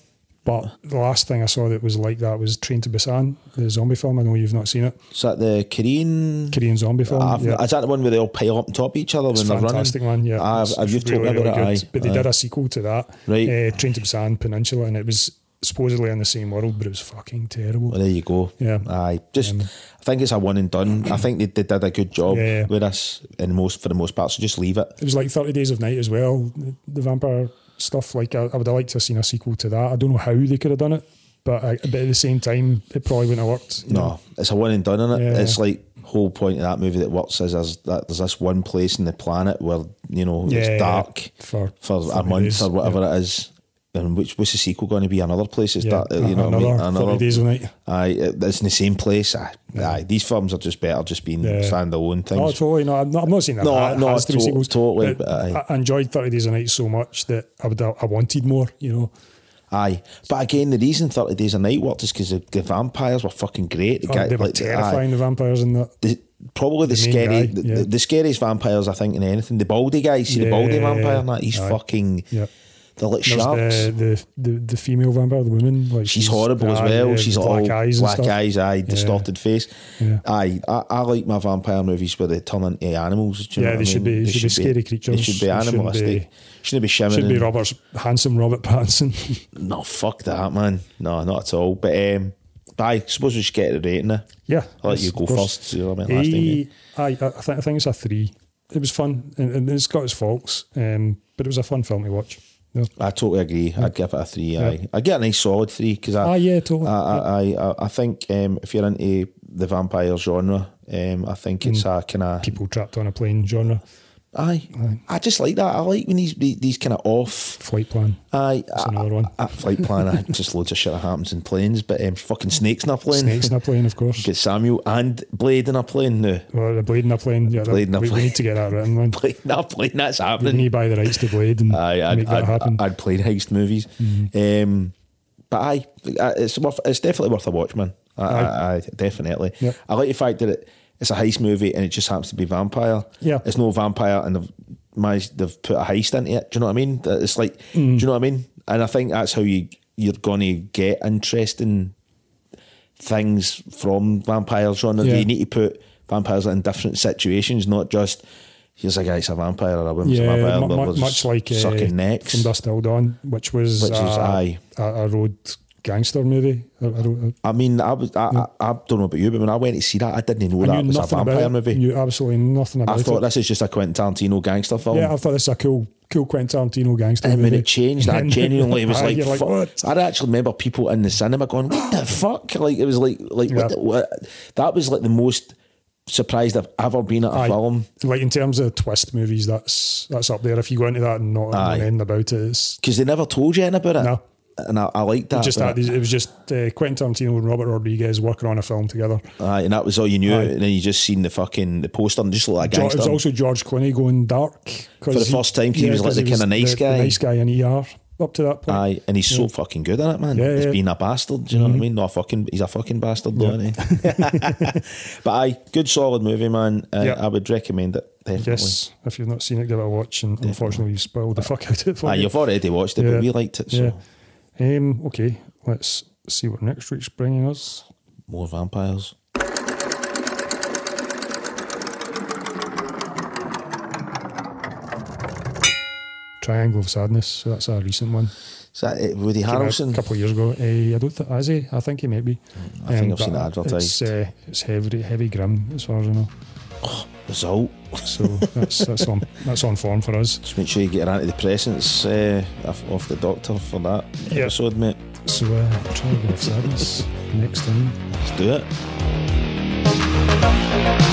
But the last thing I saw that was like that was Train to Busan, the zombie film. I know you've not seen it,
Is that the Korean?
Korean zombie film.
I've-
yeah.
Is that the one where they all pile up on top of each other
It's
when they're
fantastic
running?
one, yeah.
I've,
It's-
I've, you've
it's
told me about it. Aye.
But they
Aye.
did a sequel to that,
Right.
Uh, Train to Busan Peninsula, and it was supposedly in the same world, but it was fucking terrible.
Well, there you go.
Yeah.
Aye. Just, I think it's a one and done. I think they, they did a good job
Yeah, yeah.
with us in most for the most part. So just leave it.
It was like Thirty Days of Night as well, the, the vampire stuff. Like I, I would have liked to have seen a sequel to that. I don't know how they could have done it, but, I, but at the same time, it probably wouldn't have worked. you know.
No, it's a one and done, is
Yeah.
It's like whole point of that movie that works is there's that there's this one place in the planet where you know
Yeah,
it's dark
for-
for,
for
a month
days,
or whatever it is. And which what's the sequel going to be? Another place is
Yeah,
that you know what I mean?
another 30 Days of Night.
Aye, it- it's in the same place. Aye, aye. These films are just better just being
Yeah. Oh,
standalone things.
No, totally. No, I'm not, I'm not saying that.
No,
that
no,
has to be
to-
sequels,
totally,
but
but aye.
I, I enjoyed Thirty Days of Night so much that I would I wanted more. You know,
Aye, but again, the reason Thirty Days a Night worked is because the, the vampires were fucking great. The
Oh,
guy-
they were
like, aye.
terrifying the vampires in that.
The- probably the,
The main
scary,
guy,
the,
yeah.
the scariest vampires I think in anything. The baldy guy, see the baldy
Yeah,
vampire, and that he's
aye.
fucking.
Yeah.
They're like
There's
sharks.
The, the, the, the female vampire, the woman, like
She's horrible as
aye,
well.
yeah,
She's
black
all
eyes, and
black
stuff.
eyes, aye,
Yeah.
distorted face.
Yeah.
Aye, I, I like my vampire movies where they turn into animals. do you
Yeah,
know what
they
I
should
mean?
be- should be scary creatures.
They should be
They shouldn't
animalistic.
be-
Shouldn't be shimmering.
Should be Robert, handsome Robert Pattinson.
No, fuck that, man. No, not at all. But um, but I suppose we should get the rating now.
Yeah.
I'll let
yes,
you go
of course.
first. so I meant last time.
Eh,
yeah.
aye, I, I, think, I think it's a three. It was fun, and, and it's got its faults, um, but it was a fun film to watch. Yeah.
I totally agree. I'd give it a three. Aye. I get a nice solid three because I,
Ah, yeah, totally.
I, I, I, I think um, if you're into the vampire genre, um, I think it's
Mm.
a kind of
People trapped on a plane genre,
aye, I just like that. I like when these these kind of off
flight plan.
Aye,
That's
I-
another one.
I- I- flight planner. just loads of shit that happens in planes, but um, fucking snakes in a plane.
Snakes in a plane, of course.
Get Samuel and Blade in a plane now.
Well, the blade in a plane. Yeah,
Blade in a
we, we
plane.
need to get that written. Man.
Blade in a plane. That's
We
happening.
need to buy the rights to Blade and
Aye,
Mm-hmm. make
I'd,
that
I'd,
happen. Mm-hmm.
I'd play heist movies. Um, but aye, uh, it's worth, it's definitely worth a watch, man. I, I, I definitely.
Yep.
I like the fact that it, it's a heist movie and it just happens to be vampire.
Yeah.
it's no vampire, and they've managed, they've put a heist into it. Do you know what I mean? That It's like,
Mm-hmm.
do you know what I mean? And I think that's how you you're gonna get interesting things from vampires genre.
Yeah.
You need to put vampires in different situations, not just. Here's a guy, it's a vampire, or a woman's a vampire.
yeah, mu-
blah,
mu-
blah,
much like uh,
sucking necks.
from Dust Till Dawn, which was uh,
Which is,
a,
aye.
a, a road gangster movie. I, I don't,
I mean, I, was, I, I, I don't know about you, but when I went to see that, I didn't know
I,
that
knew
was a
nothing about
vampire
it.
movie.
Knew absolutely nothing about
I thought
it.
this is just a Quentin Tarantino gangster film.
yeah, I thought this is a cool, cool Quentin Tarantino gangster
and
movie.
when it changed, I
And-
genuinely was
Aye,
like,
you're
fuck.
what?
I actually remember people in the cinema going, "What the fuck?" Like it was like, like what
Yeah.
the- what? that was like the most surprised I've ever been at a
Aye.
film
Like in terms of twist movies, that's that's up there. If you go into that and not know
Aye.
anything about it, it's
because they never told you anything about it.
No.
And I, I liked that.
just
about
that
it.
these- it was just uh, Quentin Tarantino and Robert Rodriguez working on a film together.
Aye, and that was all you knew.
Aye.
And then you just seen the fucking the poster and just like a
Jo- it
gangster.
was also George Clooney going dark 'cause
For the first time, 'cause he was like
'cause
the kinda nice
the-
guy.
the nice guy in ER up to that point.
Aye, and he's so fucking good at it, man.
Yeah,
he's
yeah. Mm-hmm.
been a bastard. Do you know what I mean? Not a fucking. He's a fucking bastard, though. isn't he? but aye, good solid movie, man. Uh,
Yep.
I would recommend it definitely.
Yes, if you've not seen it, give it a watch. And unfortunately, you spoiled the fuck out of it for
Aye,
me.
you've already watched it,
Yeah.
but we liked it. So
Yeah. Um, okay, let's see what next week's bringing us.
more vampires.
Triangle of Sadness. So that's a recent one.
Is that it? Woody
Came out A
Harrelson?
couple of years ago. Eh, I don't think has he. I think he might be.
I think
Um,
I've seen
but
it
It's,
advertised.
uh, it's heavy, heavy grim as far as I know.
Result.
So that's that's on that's on form for us.
Just make sure you get your antidepressants uh, off- off the doctor for that
Yeah.
episode, mate.
So uh, Triangle of Sadness next time.
Let's do it.